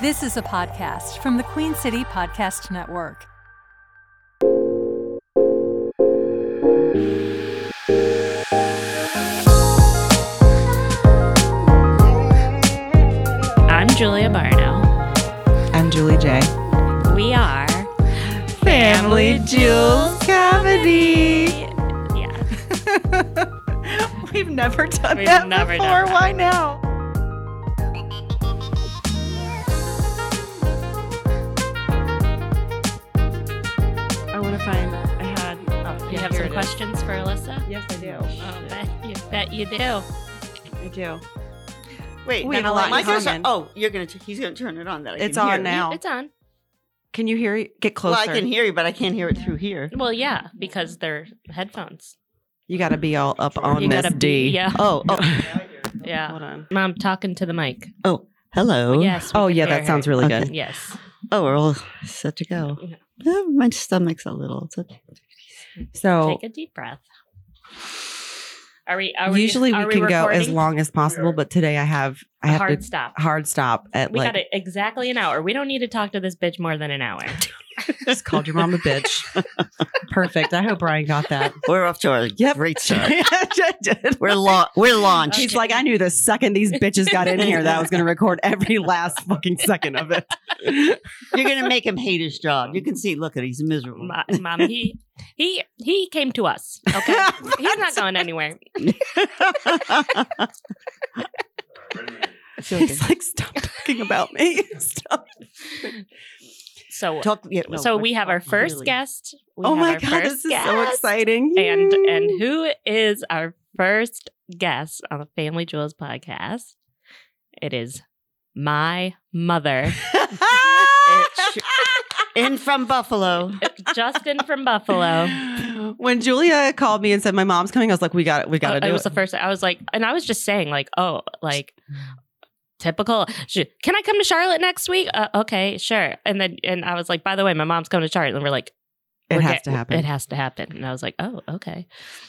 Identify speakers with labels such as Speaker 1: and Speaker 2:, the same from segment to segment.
Speaker 1: This is a podcast from the Queen City Podcast Network.
Speaker 2: I'm Julia Barno.
Speaker 3: I'm Julie J.
Speaker 2: We are
Speaker 3: Family Jewels Comedy.
Speaker 2: Yeah.
Speaker 3: We've never done
Speaker 2: We've
Speaker 3: that
Speaker 2: never
Speaker 3: before.
Speaker 2: done that.
Speaker 3: Why now?
Speaker 2: I want to find. I had. you have some questions for Alyssa?
Speaker 3: Yes, I do.
Speaker 2: Oh, bet you bet you do.
Speaker 3: I do.
Speaker 4: Wait,
Speaker 3: We
Speaker 4: we
Speaker 3: have a lot in
Speaker 4: my gosh,
Speaker 3: common.
Speaker 4: oh, you're gonna t- he's gonna turn it on. That I
Speaker 3: It's
Speaker 4: can
Speaker 3: on
Speaker 4: hear. You-
Speaker 3: now.
Speaker 2: It's on.
Speaker 3: Can you hear? Get
Speaker 4: Well,
Speaker 3: closer.
Speaker 4: I can hear you, but I can't hear it through here.
Speaker 2: Well, yeah, because they're headphones.
Speaker 3: You got to be all up on
Speaker 2: You
Speaker 3: this
Speaker 2: gotta be-
Speaker 3: D.
Speaker 2: yeah.
Speaker 3: Oh, oh,
Speaker 2: Yeah.
Speaker 3: hold on.
Speaker 2: Mom talking to the mic.
Speaker 4: Oh, hello.
Speaker 2: Yes. we
Speaker 3: Oh,
Speaker 2: can
Speaker 3: yeah,
Speaker 2: hear
Speaker 3: that sounds really
Speaker 4: Okay.
Speaker 3: good.
Speaker 2: Yes.
Speaker 4: Oh, we're all set to go. Uh, my stomach's a little. It's okay.
Speaker 3: So
Speaker 2: Take a deep breath. Are we? Are we
Speaker 3: usually we
Speaker 2: are
Speaker 3: can go as
Speaker 2: recording?
Speaker 3: long as possible, but today I have I
Speaker 2: A
Speaker 3: have
Speaker 2: hard
Speaker 3: to
Speaker 2: stop.
Speaker 3: hard stop at
Speaker 2: We
Speaker 3: like
Speaker 2: got it exactly an hour. We don't need to talk to this bitch more than an hour.
Speaker 3: just called your mom a bitch. Perfect. I hope Brian got that.
Speaker 4: We're off to our
Speaker 3: Yep.
Speaker 4: great start.
Speaker 3: I did.
Speaker 4: we're la- we're launched.
Speaker 3: She's like, I knew the second these bitches got in here that I was going to record every last fucking second of it.
Speaker 4: You're gonna make him hate his job. You can see. Look at he's miserable.
Speaker 2: Mo- Mom, he he he came to us. Okay, he's not going anywhere.
Speaker 4: It's okay.
Speaker 3: He's like, stop talking about me. Stop.
Speaker 2: So
Speaker 4: Talk- yeah, no,
Speaker 2: so
Speaker 4: we're-
Speaker 2: we have our first
Speaker 4: really.
Speaker 2: guest. We
Speaker 3: oh
Speaker 2: have
Speaker 3: my
Speaker 2: our
Speaker 3: God,
Speaker 2: first
Speaker 3: this is so
Speaker 2: guest.
Speaker 3: exciting.
Speaker 2: And
Speaker 3: Yay.
Speaker 2: and who is our first guest on the Family Jewels podcast? It is my mother,
Speaker 4: It's- Eh, in from Buffalo.
Speaker 2: Justin from Buffalo.
Speaker 3: When Julia called me and said my mom's coming, I was like, "We got it. We got
Speaker 2: Oh,
Speaker 3: to
Speaker 2: it
Speaker 3: do
Speaker 2: was
Speaker 3: it."
Speaker 2: the first. I was like, and I was just saying, like, oh, like typical. She, Can I come to Charlotte next week? Uh, okay, sure. And then, and I was like, by the way, my mom's coming to Charlotte, and we're like,
Speaker 3: It
Speaker 2: we're
Speaker 3: has
Speaker 2: get-
Speaker 3: to happen.
Speaker 2: It has to happen. And I was like, oh, okay.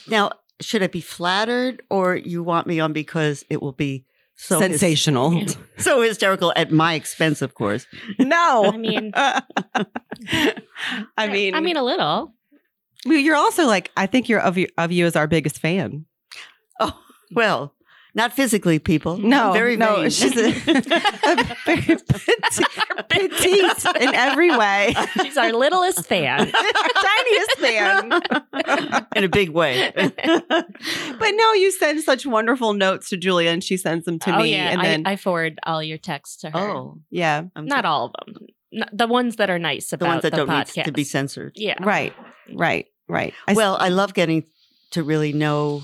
Speaker 4: Now, should I be flattered or you want me on because it will be so hys-
Speaker 3: Sensational.
Speaker 4: so hysterical at my expense, of course.
Speaker 3: no,
Speaker 2: I mean,
Speaker 3: Oh, I mean,
Speaker 2: I mean, a little.
Speaker 3: well, you're also like, I think you're of you, of you as our biggest fan.
Speaker 4: Well, not physically, people.
Speaker 3: No,
Speaker 4: I'm very
Speaker 3: no,
Speaker 4: vain.
Speaker 3: she's a, a very petite, petite in every way.
Speaker 2: She's our littlest fan.
Speaker 3: tiniest fan.
Speaker 4: in a big way.
Speaker 3: But no, you send such wonderful notes to Julia, and she sends them to
Speaker 2: oh
Speaker 3: me.
Speaker 2: yeah,
Speaker 3: and
Speaker 2: I,
Speaker 3: then,
Speaker 2: I forward all your texts to her.
Speaker 4: oh,
Speaker 3: yeah,
Speaker 4: I'm
Speaker 2: not all of them. N- the ones that are nice
Speaker 4: the
Speaker 2: about
Speaker 4: ones that
Speaker 2: the
Speaker 4: don't
Speaker 2: podcast.
Speaker 4: need to be censored.
Speaker 2: yeah.
Speaker 3: right, right, right. I s-
Speaker 4: well, I love getting to really know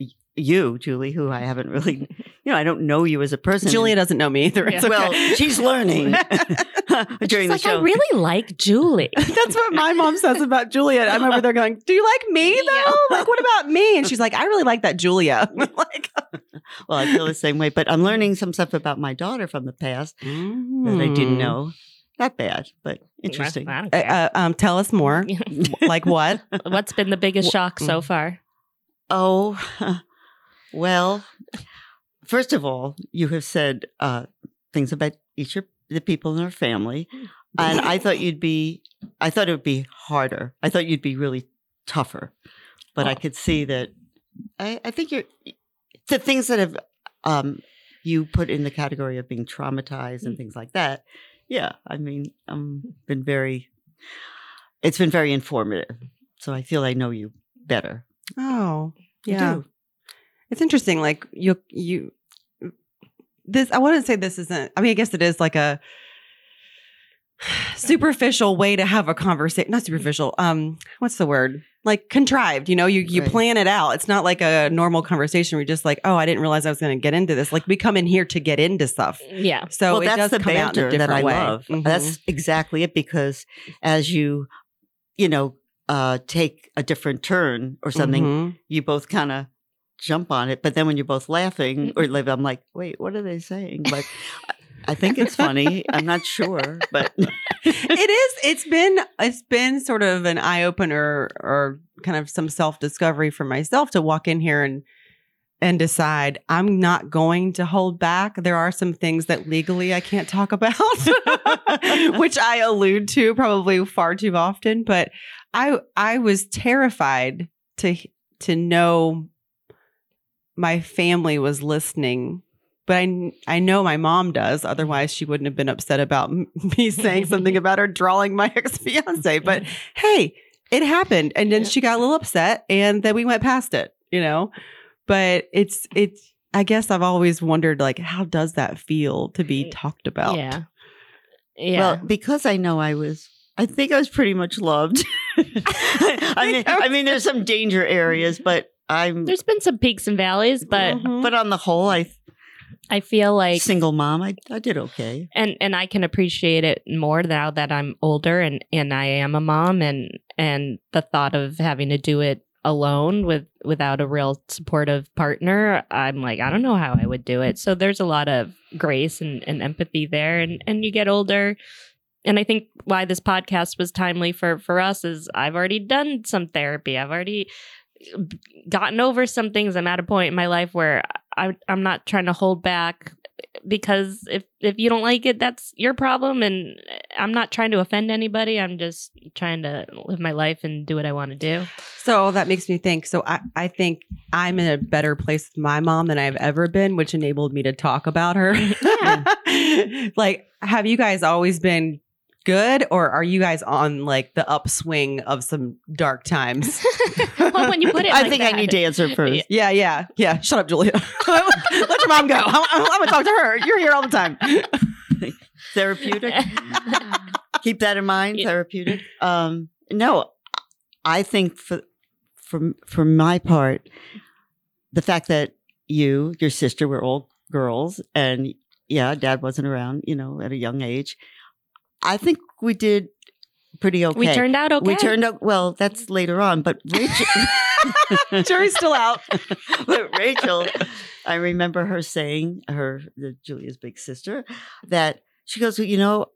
Speaker 4: y- you, Julie, who I haven't really, you know, I don't know you as a person.
Speaker 3: Julia doesn't know me either.
Speaker 2: Yeah.
Speaker 3: It's okay.
Speaker 4: well, she's learning
Speaker 2: She's
Speaker 4: during the
Speaker 2: like,
Speaker 4: show.
Speaker 2: I really like Julie.
Speaker 3: That's what my mom says about Julia. and I'm over there going, "Do you like me though?
Speaker 2: Yeah.
Speaker 3: Like, what about me?" And she's like, "I really like that Julia." like,
Speaker 4: well, I feel the same way, but I'm learning some stuff about my daughter from the past that I
Speaker 3: Hmm.
Speaker 4: didn't know. Not bad, but interesting.
Speaker 2: I don't
Speaker 3: Uh,
Speaker 2: care.
Speaker 3: uh, um, tell us more. like what?
Speaker 2: What's been the biggest shock so
Speaker 4: mm.
Speaker 2: far?
Speaker 4: Oh, well, first of all, you have said uh, things about each of the people in our family. And I thought you'd be, I thought it would be harder. I thought you'd be really tougher. But I could see that, I, I think you're, the things that have, um, you put in the category of being traumatized and things like that. Yeah. I mean, um, been very, it's been very informative. So I feel I know you better.
Speaker 3: Oh,
Speaker 4: I
Speaker 3: yeah.
Speaker 4: do.
Speaker 3: It's interesting. Like you, you. This I wouldn't say this isn't. I mean, I guess it is like a superficial way to have a conversation. Not superficial. Um, what's the word? Like contrived. You know, you you
Speaker 4: Right.
Speaker 3: plan it out. It's not like a normal conversation. We're just like, oh, I didn't realize I was going to get into this. Like we come in here to get into stuff.
Speaker 2: Yeah.
Speaker 3: So it does come out in a different
Speaker 4: that I
Speaker 3: way.
Speaker 4: love. Uh,
Speaker 3: Mhm.
Speaker 4: That's exactly it because as you, you know, uh, take a different turn or something,
Speaker 3: Mhm.
Speaker 4: you both kind of jump on it. But then when you're both laughing or live, I'm like, wait, what are they saying? Like, I- I think it's funny. I'm not sure, but
Speaker 3: it is. It's been it's been sort of an eye opener or kind of some self discovery for myself to walk in here and and decide I'm not going to hold back. There are some things that legally I can't talk about, which I allude to probably far too often, but I I was terrified to to know my family was listening. But I, kn- I know my mom does. Otherwise, she wouldn't have been upset about m- me saying something about her drawing my ex fiance. But hey, it happened. And then
Speaker 2: Yeah.
Speaker 3: she got a little upset and then we went past it, you know? But it's, it's, I guess I've always wondered, like, how does that feel to be talked about?
Speaker 2: yeah, yeah.
Speaker 4: Well, because I know I was, I think I was pretty much loved. I mean, I mean, there's some danger areas, but I'm,
Speaker 2: There's been some peaks and valleys, but
Speaker 3: Mhm.
Speaker 4: but on the whole, I
Speaker 2: I feel like
Speaker 4: single mom, I, I did okay.
Speaker 2: and and I can appreciate it more now that I'm older and and I am a mom and and the thought of having to do it alone with without a real supportive partner I'm like I don't know how I would do it so there's a lot of grace and, and empathy there and and you get older and I think why this podcast was timely for for us is I've already done some therapy I've already gotten over some things I'm at a point in my life where I, I'm not trying to hold back because if if you don't like it that's your problem and i'm not trying to offend anybody i'm just trying to live my life and do what i want to do
Speaker 3: So that makes me think. So I, I think I'm in a better place with my mom than I've ever been, which enabled me to talk about her. like, have you guys always been good or are you guys on like the upswing of some dark times?
Speaker 2: well when you put it
Speaker 4: I
Speaker 2: like
Speaker 4: think
Speaker 2: that-
Speaker 4: I need to answer first.
Speaker 3: Yeah, yeah, yeah. Shut up, Julia. Let your mom go. I'm, I'm, I'm gonna talk to her. You're here all the time.
Speaker 4: Therapeutic. Keep that in mind.
Speaker 2: Yeah.
Speaker 4: Therapeutic. Um, no, I think for for for my part, the fact that you, your sister, were all girls, and yeah, dad wasn't around. You know, at a young age, I think we did pretty okay.
Speaker 2: we turned out okay
Speaker 4: We turned out well. That's later on, but Rachel,
Speaker 3: Jury's still out.
Speaker 4: but Rachel, I remember her saying, her the Julia's big sister, that she goes, well, you know,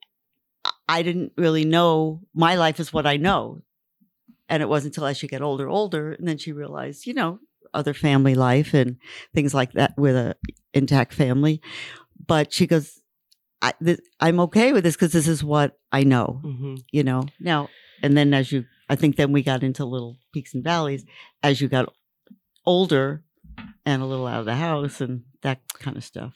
Speaker 4: I- I didn't really know my life is what I know, and it wasn't until as she got older, older, and then she realized, you know, other family life and things like that with a intact family. But she goes, I, th- I'm okay with this because this is what I know you know now and then as you i think then we got into little peaks and valleys as you got older and a little out of the house and that kind of stuff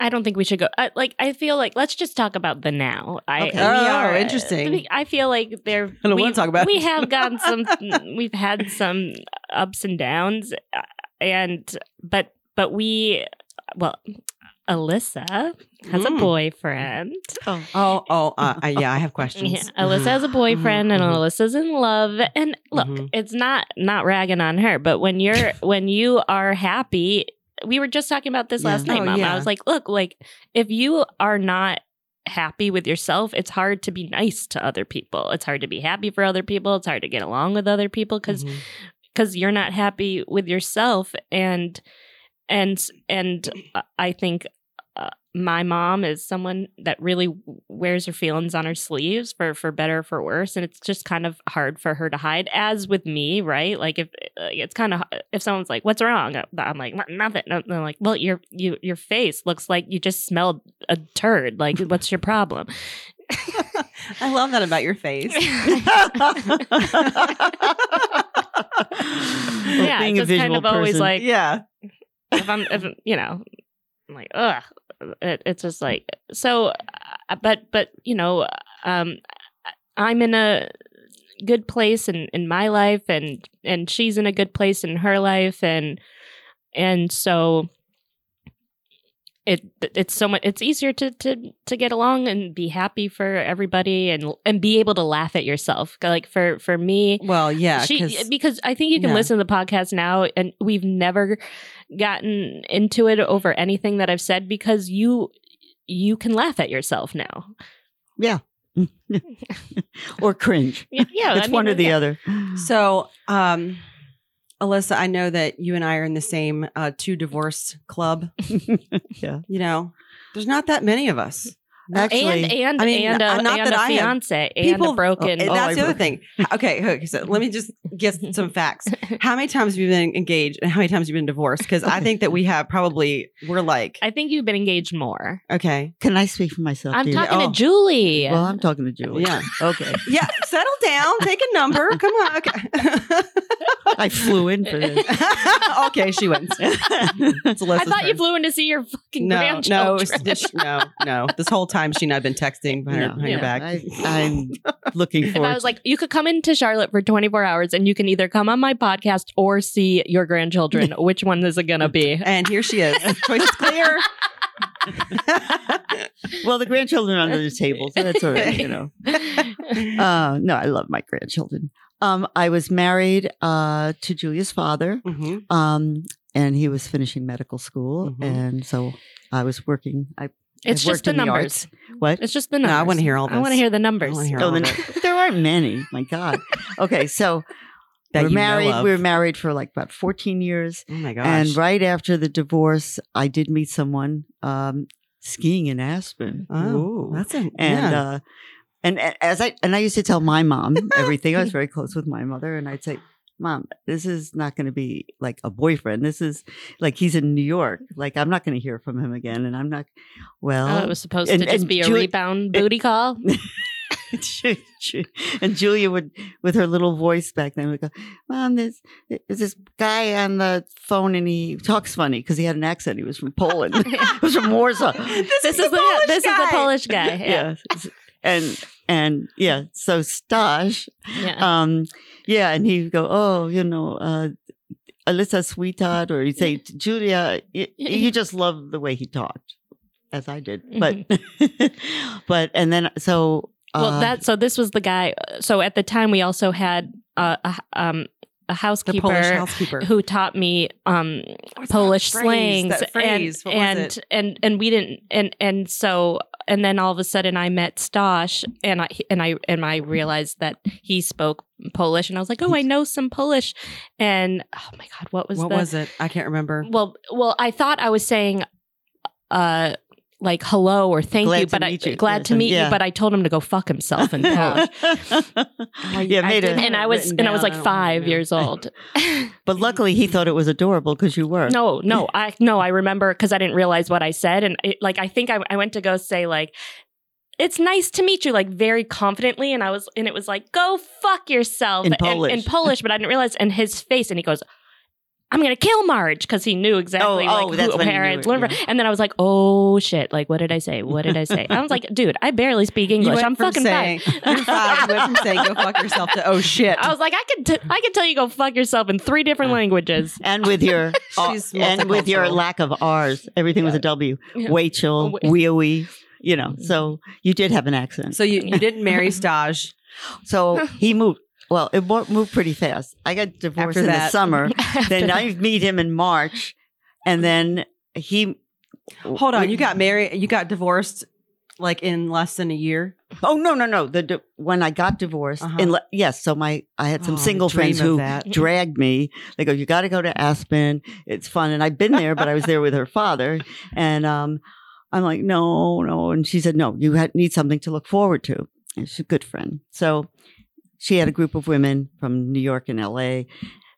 Speaker 2: i don't think we should go I, like i feel like let's just talk about the now i
Speaker 4: Okay.
Speaker 2: we
Speaker 3: Oh,
Speaker 2: are
Speaker 3: interesting.
Speaker 2: i feel like there
Speaker 3: I don't
Speaker 2: we-
Speaker 3: wanna talk about
Speaker 2: we
Speaker 3: it.
Speaker 2: have gotten some we've had some ups and downs uh, and but but we well alyssa has
Speaker 3: Mm.
Speaker 2: a boyfriend
Speaker 4: oh
Speaker 3: Oh, oh, uh, uh, yeah. I have questions.
Speaker 2: Yeah, Alyssa has a boyfriend, and
Speaker 3: Mhm.
Speaker 2: Alyssa's in love. And look,
Speaker 3: Mhm.
Speaker 2: it's not not ragging on her, but when you're when you are happy, we were just talking about this
Speaker 4: Yeah.
Speaker 2: last night,
Speaker 3: Oh,
Speaker 2: Mom.
Speaker 3: yeah.
Speaker 2: I was like, look, like if you are not happy with yourself, it's hard to be nice to other people. It's hard to be happy for other people. It's hard to get along with other people because
Speaker 3: Mhm.
Speaker 2: because you're not happy with yourself and and and uh, i think uh, my mom is someone that really wears her feelings on her sleeves for for better or for worse and it's just kind of hard for her to hide as with me right like if uh, it's kind of if someone's like what's wrong i'm like "Not- nothing and they're like well your you, your face looks like you just smelled a turd like what's your problem
Speaker 3: I love that about your face.
Speaker 2: yeah
Speaker 4: being a
Speaker 2: just kind
Speaker 4: visual
Speaker 2: of always
Speaker 4: person.
Speaker 2: like
Speaker 3: yeah.
Speaker 2: if I'm, if I'm- you know, I'm like, ugh, it, it's just like so. uh, But but you know, um, I'm in a good place in in my life, and and she's in a good place in her life, and and so it it's so much it's easier to to to get along and be happy for everybody and and be able to laugh at yourself like for for me
Speaker 3: Well, yeah.
Speaker 2: she,
Speaker 3: 'cause-
Speaker 2: because I think you can
Speaker 3: yeah.
Speaker 2: listen to the podcast now, and we've never gotten into it over anything that I've said because you you can laugh at yourself now.
Speaker 4: or cringe
Speaker 2: Yeah, yeah
Speaker 4: it's one or the
Speaker 2: yeah.
Speaker 4: other
Speaker 3: So, um, Alyssa, I know that you and I are in the same uh, two divorce club.
Speaker 4: yeah
Speaker 3: You know, there's not that many of us.
Speaker 4: Actually,
Speaker 2: and and
Speaker 3: I mean,
Speaker 2: and a,
Speaker 3: not
Speaker 2: and
Speaker 3: that
Speaker 2: a
Speaker 3: I am.
Speaker 2: fiance and
Speaker 3: People-
Speaker 2: a broken.
Speaker 3: And
Speaker 4: Oh,
Speaker 3: that's
Speaker 4: I
Speaker 3: the other
Speaker 4: bro-
Speaker 3: thing. Okay, okay, so let me just get some facts. How many times have you been engaged and how many times have you been divorced? Because I think that we have probably, we're like,
Speaker 2: I think you've been engaged more.
Speaker 3: okay,
Speaker 4: can I speak for myself?
Speaker 2: I'm
Speaker 4: dear?
Speaker 2: talking
Speaker 3: Oh.
Speaker 2: to Julie.
Speaker 4: Well, I'm talking to Julie.
Speaker 3: yeah.
Speaker 4: Okay.
Speaker 3: Yeah, settle down, take a number. Come on. Okay,
Speaker 4: I flew in for this.
Speaker 3: okay she wins. It's
Speaker 2: I
Speaker 3: Alyssa's
Speaker 2: thought you
Speaker 3: turn.
Speaker 2: flew in to see your fucking
Speaker 3: No, no,
Speaker 2: grandchildren.
Speaker 3: it's- no, no. This whole time she and I've been texting behind, her,
Speaker 4: No,
Speaker 3: behind
Speaker 2: yeah,
Speaker 3: her back.
Speaker 4: I, I'm looking
Speaker 2: If
Speaker 4: forward.
Speaker 2: I was like, you could come into Charlotte for 24 hours and you can either come on my podcast or see your grandchildren. Which one is it going to be?
Speaker 3: and here she is. Choice is clear.
Speaker 4: well, the grandchildren are under the table, so that's all right. You know. Uh, no, I love my grandchildren. Um, I was married uh, to Julia's father,
Speaker 3: Mhm.
Speaker 4: um, and he was finishing medical school,
Speaker 3: Mhm.
Speaker 4: and so I was working. I
Speaker 2: it's just
Speaker 4: I've worked
Speaker 2: the
Speaker 4: in the
Speaker 2: numbers.
Speaker 4: what?
Speaker 2: it's just the
Speaker 3: No,
Speaker 2: numbers.
Speaker 3: I want to hear all this.
Speaker 2: I want to hear the
Speaker 3: I
Speaker 2: numbers.
Speaker 3: wanna hear
Speaker 4: Oh,
Speaker 3: all
Speaker 4: the,
Speaker 3: of it.
Speaker 4: but there aren't many. My God. Okay, so
Speaker 3: that
Speaker 4: we're
Speaker 3: you know
Speaker 4: married.
Speaker 3: of.
Speaker 4: We were married for like about fourteen years,
Speaker 3: Oh my gosh.
Speaker 4: and right after the divorce, I did meet someone um, skiing in Aspen.
Speaker 3: Oh, that's an
Speaker 4: and
Speaker 3: yeah.
Speaker 4: uh and a- as i and i used to tell my mom everything i was very close with my mother and i'd say mom this is not going to be like a boyfriend this is like he's in new york like i'm not going to hear from him again and i'm not well
Speaker 2: Oh, it was supposed
Speaker 4: And-
Speaker 2: to just
Speaker 4: and
Speaker 2: be a
Speaker 4: Julie-
Speaker 2: rebound booty call.
Speaker 4: Ju- Ju- and Julia would, with her little voice back then, would go, "Mom, there's, there's this guy on the phone, and he talks funny because he had an accent. He was from Poland. he was from Warsaw.
Speaker 2: This is the this is the Polish guy. Yeah.
Speaker 4: Yes. And and yeah, so Stash,
Speaker 2: yeah.
Speaker 4: um, yeah, and he'd go, oh, you know, uh, Alyssa, sweetheart, or he'd say, Julia, you, you just love the way he talked, as I did, but but and then so
Speaker 2: Mm-hmm. well,
Speaker 4: uh,
Speaker 2: that so this was the guy. So at the time, we also had uh, a h- um a
Speaker 3: the
Speaker 2: housekeeper.
Speaker 3: Polish housekeeper.
Speaker 2: who taught me um
Speaker 3: What's that
Speaker 2: Polish
Speaker 3: phrase?
Speaker 2: slangs
Speaker 3: That phrase. what
Speaker 2: and
Speaker 3: was it?
Speaker 2: and, and and we didn't and and so and then all of a sudden I met Stosh and I and I and I realized that he spoke Polish and I was like oh I know some Polish and oh my god what was
Speaker 3: What
Speaker 2: the
Speaker 3: was it? I can't remember.
Speaker 2: well well I thought I was saying uh like hello or thank
Speaker 4: Glad
Speaker 2: you
Speaker 4: to
Speaker 2: but I
Speaker 4: meet you.
Speaker 2: glad to meet
Speaker 4: Yeah.
Speaker 2: you but I told him to go fuck himself in Polish
Speaker 4: yeah, made
Speaker 3: didn't
Speaker 4: it.
Speaker 3: have
Speaker 2: and I
Speaker 3: it
Speaker 2: was
Speaker 3: written
Speaker 2: and I was
Speaker 3: down.
Speaker 2: like
Speaker 3: I don't
Speaker 2: five
Speaker 3: remember.
Speaker 2: years old.
Speaker 4: But luckily, he thought it was adorable because you were.
Speaker 2: No, no, I no, I remember because I didn't realize what I said, and it, like I think I, I went to go say like, "It's nice to meet you," like very confidently, and I was, and it was like, "Go fuck yourself"
Speaker 4: In
Speaker 2: and-
Speaker 4: Polish.
Speaker 2: in Polish, but I didn't realize. And his face, and he goes. I'm gonna kill Marge because he knew exactly
Speaker 4: Oh, oh,
Speaker 2: like
Speaker 4: that's
Speaker 2: who
Speaker 4: when he
Speaker 2: parents
Speaker 4: knew it, Mm-hmm.
Speaker 2: learned
Speaker 4: yeah.
Speaker 2: from. And then I was like, "Oh shit! Like, what did I say? What did I say?" I was like, "Dude, I barely speak
Speaker 3: You
Speaker 2: English.
Speaker 3: went
Speaker 2: I'm
Speaker 3: from
Speaker 2: fucking
Speaker 3: saying,
Speaker 2: fine."
Speaker 3: You're five. You went from saying "go fuck yourself" to "oh shit."
Speaker 2: I was like, "I could, t- I could tell you go fuck yourself in three different languages."
Speaker 4: And with your
Speaker 2: Oh,
Speaker 3: She's
Speaker 4: and with your
Speaker 3: multicultural.
Speaker 4: lack of R's, everything was a W.
Speaker 2: Yeah. Mm-hmm.
Speaker 4: Wachel,
Speaker 2: Wa-
Speaker 4: Weowie, you know. So you did have an accent.
Speaker 3: so you, you didn't marry Staj.
Speaker 4: So he moved. Well, it wa- moved pretty fast. I got divorced
Speaker 3: After
Speaker 4: in the
Speaker 3: that.
Speaker 4: summer.
Speaker 2: After
Speaker 4: then
Speaker 2: that.
Speaker 4: I meet him in March, and then he.
Speaker 3: Hold on, you got married. You got divorced like in less than a year.
Speaker 4: Oh no no no! The di- when I got divorced,
Speaker 3: Uh-huh.
Speaker 4: and le- yes, so my I had some
Speaker 3: Oh, I
Speaker 4: single
Speaker 3: dream
Speaker 4: friends
Speaker 3: of
Speaker 4: who
Speaker 3: that.
Speaker 4: dragged me. They go, "You got to go to Aspen. It's fun." And I've been there, but I was there with her father, and um, I'm like, "No, no." And she said, "No, you had, need something to look forward to." And she's a good friend, so she had a group of women from New York and L.A.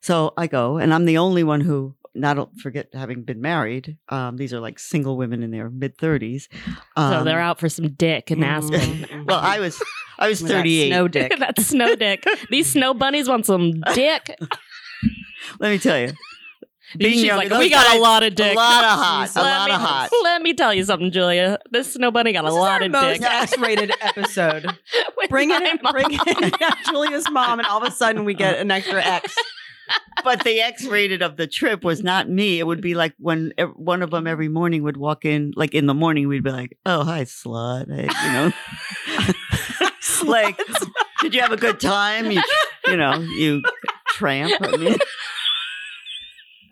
Speaker 4: So I go, and I'm the only one who. Not forget having been married. Um, these are like single women in their Um, mid thirties.
Speaker 2: so they're out for some dick and Aspen.
Speaker 3: Mm.
Speaker 4: Well, I was, I was
Speaker 3: With that
Speaker 4: thirty-eight.
Speaker 3: Snow dick.
Speaker 2: that snow dick. These snow bunnies want some dick.
Speaker 4: Let me tell you. Being
Speaker 2: She's
Speaker 4: young,
Speaker 2: like,
Speaker 4: those
Speaker 2: we got
Speaker 4: guys-
Speaker 2: a lot of dick.
Speaker 4: A lot of hot. A
Speaker 2: Let
Speaker 4: lot
Speaker 2: me-
Speaker 4: of hot.
Speaker 2: Let me tell you something, Julia. This snow bunny got
Speaker 3: This
Speaker 2: a
Speaker 3: is
Speaker 2: lot
Speaker 3: our
Speaker 2: of
Speaker 3: most
Speaker 2: dick.
Speaker 3: X-rated episode.
Speaker 2: With
Speaker 3: Bring it
Speaker 2: my
Speaker 3: in,
Speaker 2: mom.
Speaker 3: bring it in. Julia's mom, and all of a sudden we get an extra X.
Speaker 4: But the X rated of the trip was not me. It would be like when ev- one of them every morning would walk in, like in the morning, we'd be like, oh, hi, slut. Hey, you know, like, did you have a good time? You, you know, you tramp. I mean.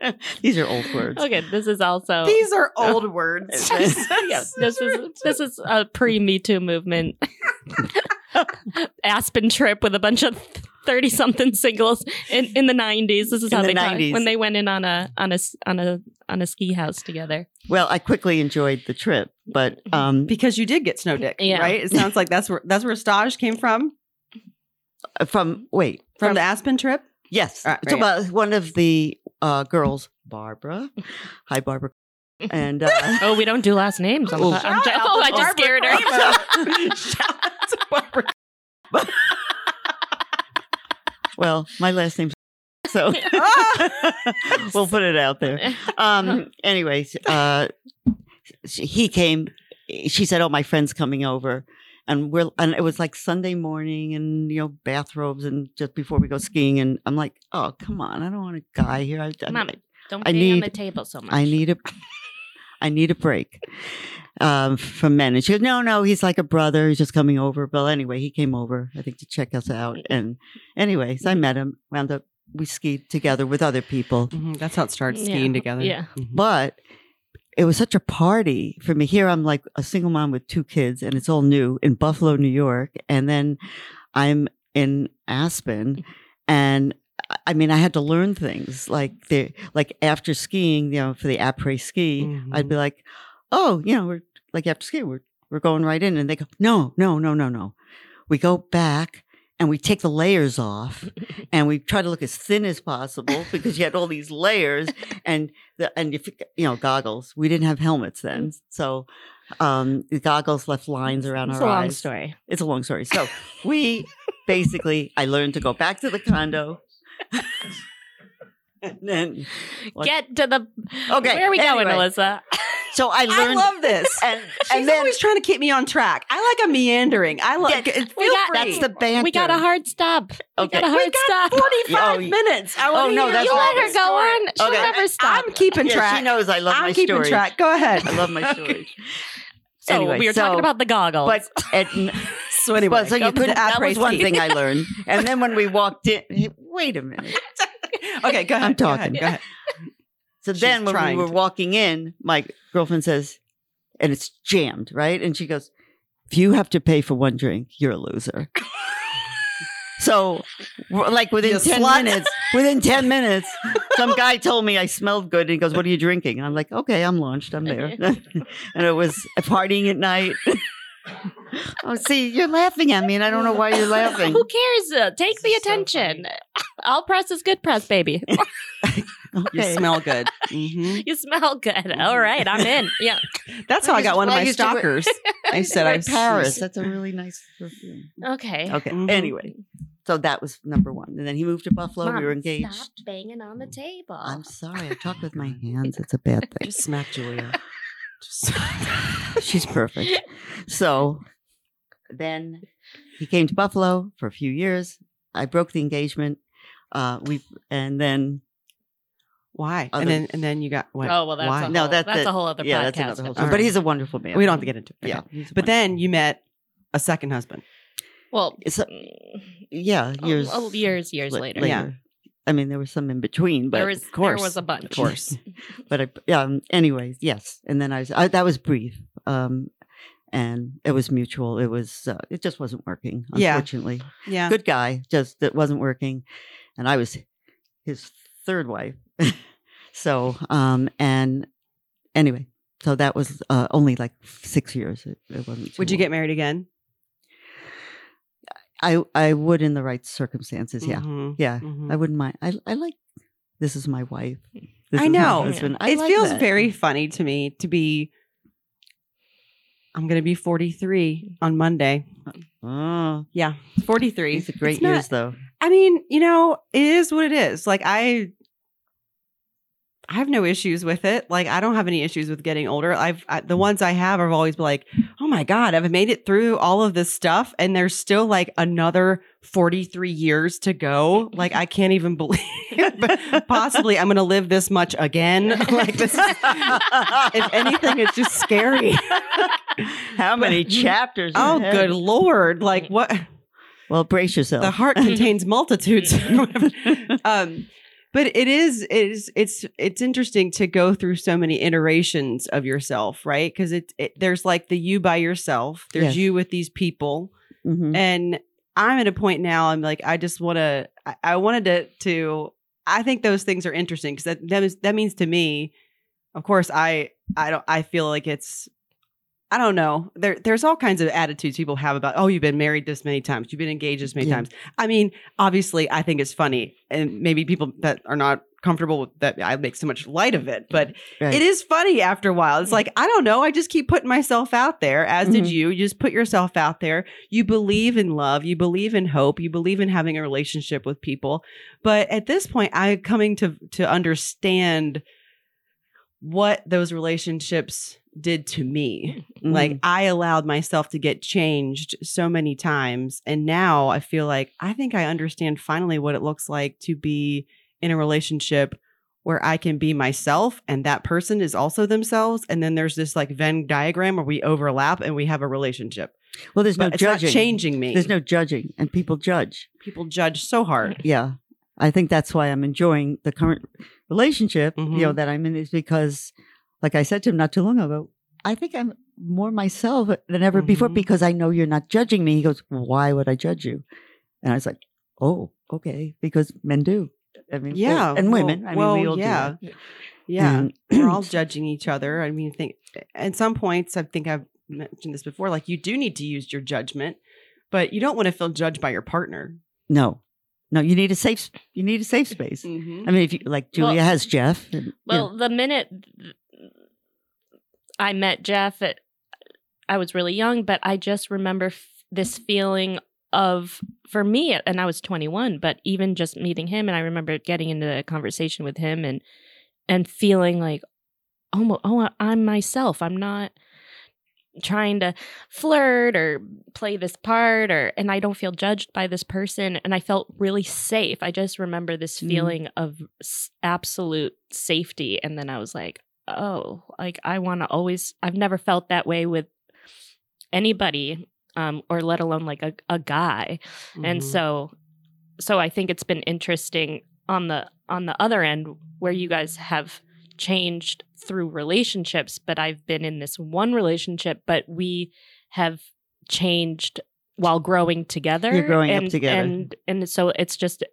Speaker 4: These are old words.
Speaker 2: Okay, this is also.
Speaker 3: These are old words.
Speaker 2: Oh. Yeah, this is this is a pre Me Too movement. Aspen trip with a bunch of thirty something singles in, in the nineties. This is
Speaker 4: In
Speaker 2: how
Speaker 4: the
Speaker 2: they talk
Speaker 4: 90s.
Speaker 2: when they went in on a on a s- on a on a ski house together.
Speaker 4: Well, I quickly enjoyed the trip, but um,
Speaker 3: because you did get snow dick,
Speaker 2: Yeah.
Speaker 3: right? It sounds like that's where that's where Stage came from
Speaker 4: from wait,
Speaker 3: from
Speaker 4: From-
Speaker 3: the Aspen trip.
Speaker 4: yes,
Speaker 3: All right,
Speaker 4: so,
Speaker 3: right.
Speaker 4: well, one of the uh, girls, Barbara. Hi, Barbara, and uh,
Speaker 2: Oh, we don't do last names. On the
Speaker 4: Oh.
Speaker 2: po- I'm ju- oh, I just scared her.
Speaker 4: well, my last name's so we'll put it out there. Um, anyways, uh, she- he came. She said, "Oh, my friend's coming over." And we're and it was like Sunday morning, and you know bathrobes, and just before we go skiing, and I'm like, "Oh, come on! I don't want a guy here. I, I,
Speaker 2: Mama, don't
Speaker 4: I
Speaker 2: bang on
Speaker 4: need-
Speaker 2: the table so much.
Speaker 4: I need a I need a break um, from men. And she goes, No, no, he's like a brother. He's just coming over. But anyway, he came over, I think, to check us out. And anyways, I met him, wound up we skied together with other people.
Speaker 3: Mhm, that's how it starts
Speaker 2: Yeah.
Speaker 3: skiing together.
Speaker 2: Yeah.
Speaker 3: Mhm.
Speaker 4: But it was such a party for me. Here I'm like a single mom with two kids and it's all new in Buffalo, New York. And then I'm in Aspen and I- I mean I had to learn things like the like after skiing, you know, for the après ski, I'd be like, "Oh, you know, we're like after ski, we're we're going right in," and they go, "No, no, no, no, no." We go back and we take the layers off, and we try to look as thin as possible because you had all these layers and the and if you know goggles. We didn't have helmets then, so um, the goggles left lines around
Speaker 2: Mm. It's a
Speaker 4: our
Speaker 2: long
Speaker 4: eyes.
Speaker 2: story.
Speaker 4: It's a long story. So we basically, I learned to go back to the condo. And then, What?
Speaker 2: Get to the
Speaker 4: Okay,
Speaker 2: Where are we going,
Speaker 4: anyway.
Speaker 2: Alyssa?
Speaker 4: so I
Speaker 3: I
Speaker 4: learned.
Speaker 3: love this.
Speaker 4: and,
Speaker 3: She's
Speaker 4: and then
Speaker 3: always trying to keep me on track. I like a meandering. I like.
Speaker 4: Yeah,
Speaker 3: feel
Speaker 2: we got-
Speaker 3: free.
Speaker 4: that's the banter.
Speaker 2: We got a hard stop. We
Speaker 4: Okay.
Speaker 2: got a
Speaker 3: We
Speaker 2: hard
Speaker 3: got
Speaker 2: stop.
Speaker 3: forty-five
Speaker 4: Oh, y-
Speaker 3: minutes. I wanna
Speaker 4: oh, no,
Speaker 3: hear
Speaker 4: that's
Speaker 2: you
Speaker 3: all
Speaker 2: let
Speaker 4: not-
Speaker 3: the
Speaker 2: her go
Speaker 3: story.
Speaker 2: on. She'll
Speaker 4: Okay.
Speaker 2: never stop.
Speaker 3: I'm keeping
Speaker 4: Yeah,
Speaker 3: track.
Speaker 4: She knows I love
Speaker 3: I'm
Speaker 4: my
Speaker 3: keeping
Speaker 4: story.
Speaker 3: track. Go ahead.
Speaker 4: I love my story.
Speaker 2: so
Speaker 4: anyway,
Speaker 2: we were talking
Speaker 4: so-
Speaker 2: about the goggles.
Speaker 4: But at, n-
Speaker 3: So anyway,
Speaker 4: well, so you couldn't. That was one
Speaker 3: thing.
Speaker 4: thing I learned. And then when we walked in, hey, wait a minute.
Speaker 3: Okay, go ahead.
Speaker 4: I'm
Speaker 3: go
Speaker 4: talking.
Speaker 3: ahead, Go ahead.
Speaker 4: So
Speaker 3: She's
Speaker 4: then when we
Speaker 3: trying
Speaker 4: were
Speaker 3: to-
Speaker 4: walking in, my girlfriend says, and it's jammed, right? And she goes, if you have to pay for one drink, you're a loser. so, w- like within
Speaker 3: You
Speaker 4: 10
Speaker 3: slut.
Speaker 4: minutes, within 10 minutes, some guy told me I smelled good and he goes, What are you drinking? And I'm like, Okay, I'm launched. I'm there. and it was partying at night. oh, see, you're laughing at me and I don't know why you're laughing.
Speaker 2: Who cares? Uh, Take
Speaker 3: This
Speaker 2: the
Speaker 3: is so
Speaker 2: attention. All press is good press, baby.
Speaker 3: You
Speaker 4: Okay.
Speaker 3: smell good. Mhm.
Speaker 2: you smell good. All right, I'm in. Yeah.
Speaker 3: That's how I
Speaker 4: I
Speaker 3: got
Speaker 4: used-
Speaker 3: one of
Speaker 4: I
Speaker 3: my
Speaker 4: used to wear-
Speaker 3: stalkers. I said
Speaker 4: By
Speaker 3: I was
Speaker 4: Paris. That's a really nice perfume.
Speaker 2: Okay.
Speaker 4: Okay.
Speaker 3: Mhm.
Speaker 4: Anyway, so that was number one. And then he moved to Buffalo.
Speaker 2: Mom,
Speaker 4: we were engaged.
Speaker 2: Stop banging on the table.
Speaker 4: I'm sorry. I talk with my hands. It's a bad thing.
Speaker 3: Just smack Julia. Just-
Speaker 4: She's perfect. So then he came to Buffalo for a few years. I broke the engagement. Uh, we and then
Speaker 3: Why?
Speaker 4: Other-
Speaker 3: And then and then you got what?
Speaker 2: oh well, that's
Speaker 3: why?
Speaker 2: a whole,
Speaker 4: No, that's
Speaker 2: that's
Speaker 4: the-
Speaker 2: a whole other
Speaker 4: yeah,
Speaker 2: podcast.
Speaker 4: that's another whole
Speaker 3: All
Speaker 4: story. But
Speaker 3: right.
Speaker 4: he's a wonderful man.
Speaker 3: we don't have to get into it.
Speaker 4: Yeah,
Speaker 3: Okay.
Speaker 4: he's
Speaker 3: But then you met a second husband.
Speaker 2: well,
Speaker 4: It's a-
Speaker 2: mm,
Speaker 4: yeah,
Speaker 2: oh,
Speaker 4: years
Speaker 2: oh, years, years
Speaker 4: la-
Speaker 2: later.
Speaker 3: Yeah.
Speaker 4: I mean, there was some in between, but
Speaker 2: there was
Speaker 3: course,
Speaker 2: there was a bunch.
Speaker 3: Of course.
Speaker 4: but I, um, anyways, yes. And then I, was, I that was brief, um, and it was mutual. It was uh, it just wasn't working,
Speaker 3: Yeah.
Speaker 4: unfortunately.
Speaker 3: Yeah.
Speaker 4: Good guy, just that wasn't working, and I was his third wife. so um, and anyway, so that was uh, only like six years. It, it wasn't. too
Speaker 3: Would you
Speaker 4: long.
Speaker 3: get married again?
Speaker 4: I I would in the right circumstances. Yeah,
Speaker 3: Mhm.
Speaker 4: yeah.
Speaker 3: Mhm.
Speaker 4: I wouldn't mind. I I like this is my wife. This
Speaker 3: I
Speaker 4: is my
Speaker 3: know.
Speaker 4: husband. I
Speaker 3: it
Speaker 4: like
Speaker 3: feels
Speaker 4: that.
Speaker 3: very funny to me to be. I'm going to be 43 on Monday.
Speaker 4: Oh,
Speaker 3: Yeah, 43.
Speaker 4: these are great
Speaker 3: It's not-
Speaker 4: years though.
Speaker 3: I mean, you know, it is what it is. Like I I have no issues with it. Like I don't have any issues with getting older. I've I, the ones I have have always been like, "Oh my god, I've made it through all of this stuff and there's still like another 43 years to go." Like I can't even believe possibly I'm going to live this much again. Like this is- if anything it's just scary.
Speaker 4: How many chapters? in
Speaker 3: Oh
Speaker 4: the head?
Speaker 3: good lord. Like what
Speaker 4: Well, brace
Speaker 3: the
Speaker 4: yourself.
Speaker 3: heart contains multitudes um but it is it is it's it's interesting to go through so many iterations of yourself right because it, it there's like the you by yourself there's
Speaker 4: Yes.
Speaker 3: you with these people
Speaker 4: Mhm.
Speaker 3: and I'm at a point now. I'm like, I just want to. I, I wanted to. To I think those things are interesting because that that, is, that means to me. Of course, I I don't. I feel like it's. I don't know. There, there's all kinds of attitudes people have about. Oh, you've been married this many times. You've been engaged this many
Speaker 4: Yeah.
Speaker 3: times. I mean, obviously, I think it's funny, and maybe people that are not comfortable with that, I make so much light of it. But
Speaker 4: Right.
Speaker 3: it is funny after a while. It's like, I don't know. I just keep putting myself out there, as did
Speaker 4: Mhm.
Speaker 3: you. You just put yourself out there. You believe in love. You believe in hope. You believe in having a relationship with people. But at this point, I'm coming to to understand what those relationships did to me.
Speaker 4: Mm-hmm.
Speaker 3: Like I allowed myself to get changed so many times. And now I feel like I think I understand finally what it looks like to be in a relationship where I can be myself and that person is also themselves. And then there's this like Venn diagram where we overlap and we have a relationship.
Speaker 4: well, there's
Speaker 3: But
Speaker 4: no
Speaker 3: it's
Speaker 4: judging.
Speaker 3: not changing me.
Speaker 4: There's no judging, and people judge.
Speaker 3: people judge so hard.
Speaker 4: Yeah, I think that's why I'm enjoying the current relationship.
Speaker 3: Mhm.
Speaker 4: You know that I'm in is because, like I said to him not too long ago, I think I'm more myself than ever before
Speaker 3: Mhm.
Speaker 4: because I know you're not judging me. He goes, "Why would I judge you?" And I was like, "Oh, okay," because men do. I mean, oh,
Speaker 3: Yeah,
Speaker 4: and
Speaker 3: well-
Speaker 4: women. I mean,
Speaker 3: well,
Speaker 4: we all
Speaker 3: yeah.
Speaker 4: do. that.
Speaker 3: Yeah.
Speaker 4: And-
Speaker 3: we're all judging each other. I mean, I think at some points, I think I've mentioned this before. Like, you do need to use your judgment, but you don't want to feel judged by your partner.
Speaker 4: no, no. You need a safe. s- You need a safe space. I mean, if you like,
Speaker 2: Mm-hmm. Well-
Speaker 4: Julia has Jeff. and, you know,
Speaker 2: Well, the minute th- I met Jeff, it, I was really young, but I just remember f- this feeling of, for me, and I was 21, but even just meeting him, and I remember getting into a conversation with him and and feeling like, oh, oh, I- I'm myself. I'm not trying to flirt or play this part or and I don't feel judged by this person and I felt really safe. I just remember this
Speaker 4: Mhm.
Speaker 2: feeling of s- absolute safety and then I was like, "Oh, like I want to always I've never felt that way with anybody um or let alone like a a guy."
Speaker 3: Mm-hmm.
Speaker 4: Mm-hmm.
Speaker 2: And so so I think it's been interesting on the on the other end where you guys have changed through relationships, but I've been in this one relationship, but we have changed while growing together.
Speaker 4: You're growing up
Speaker 2: and,
Speaker 4: together.
Speaker 2: And and so it's just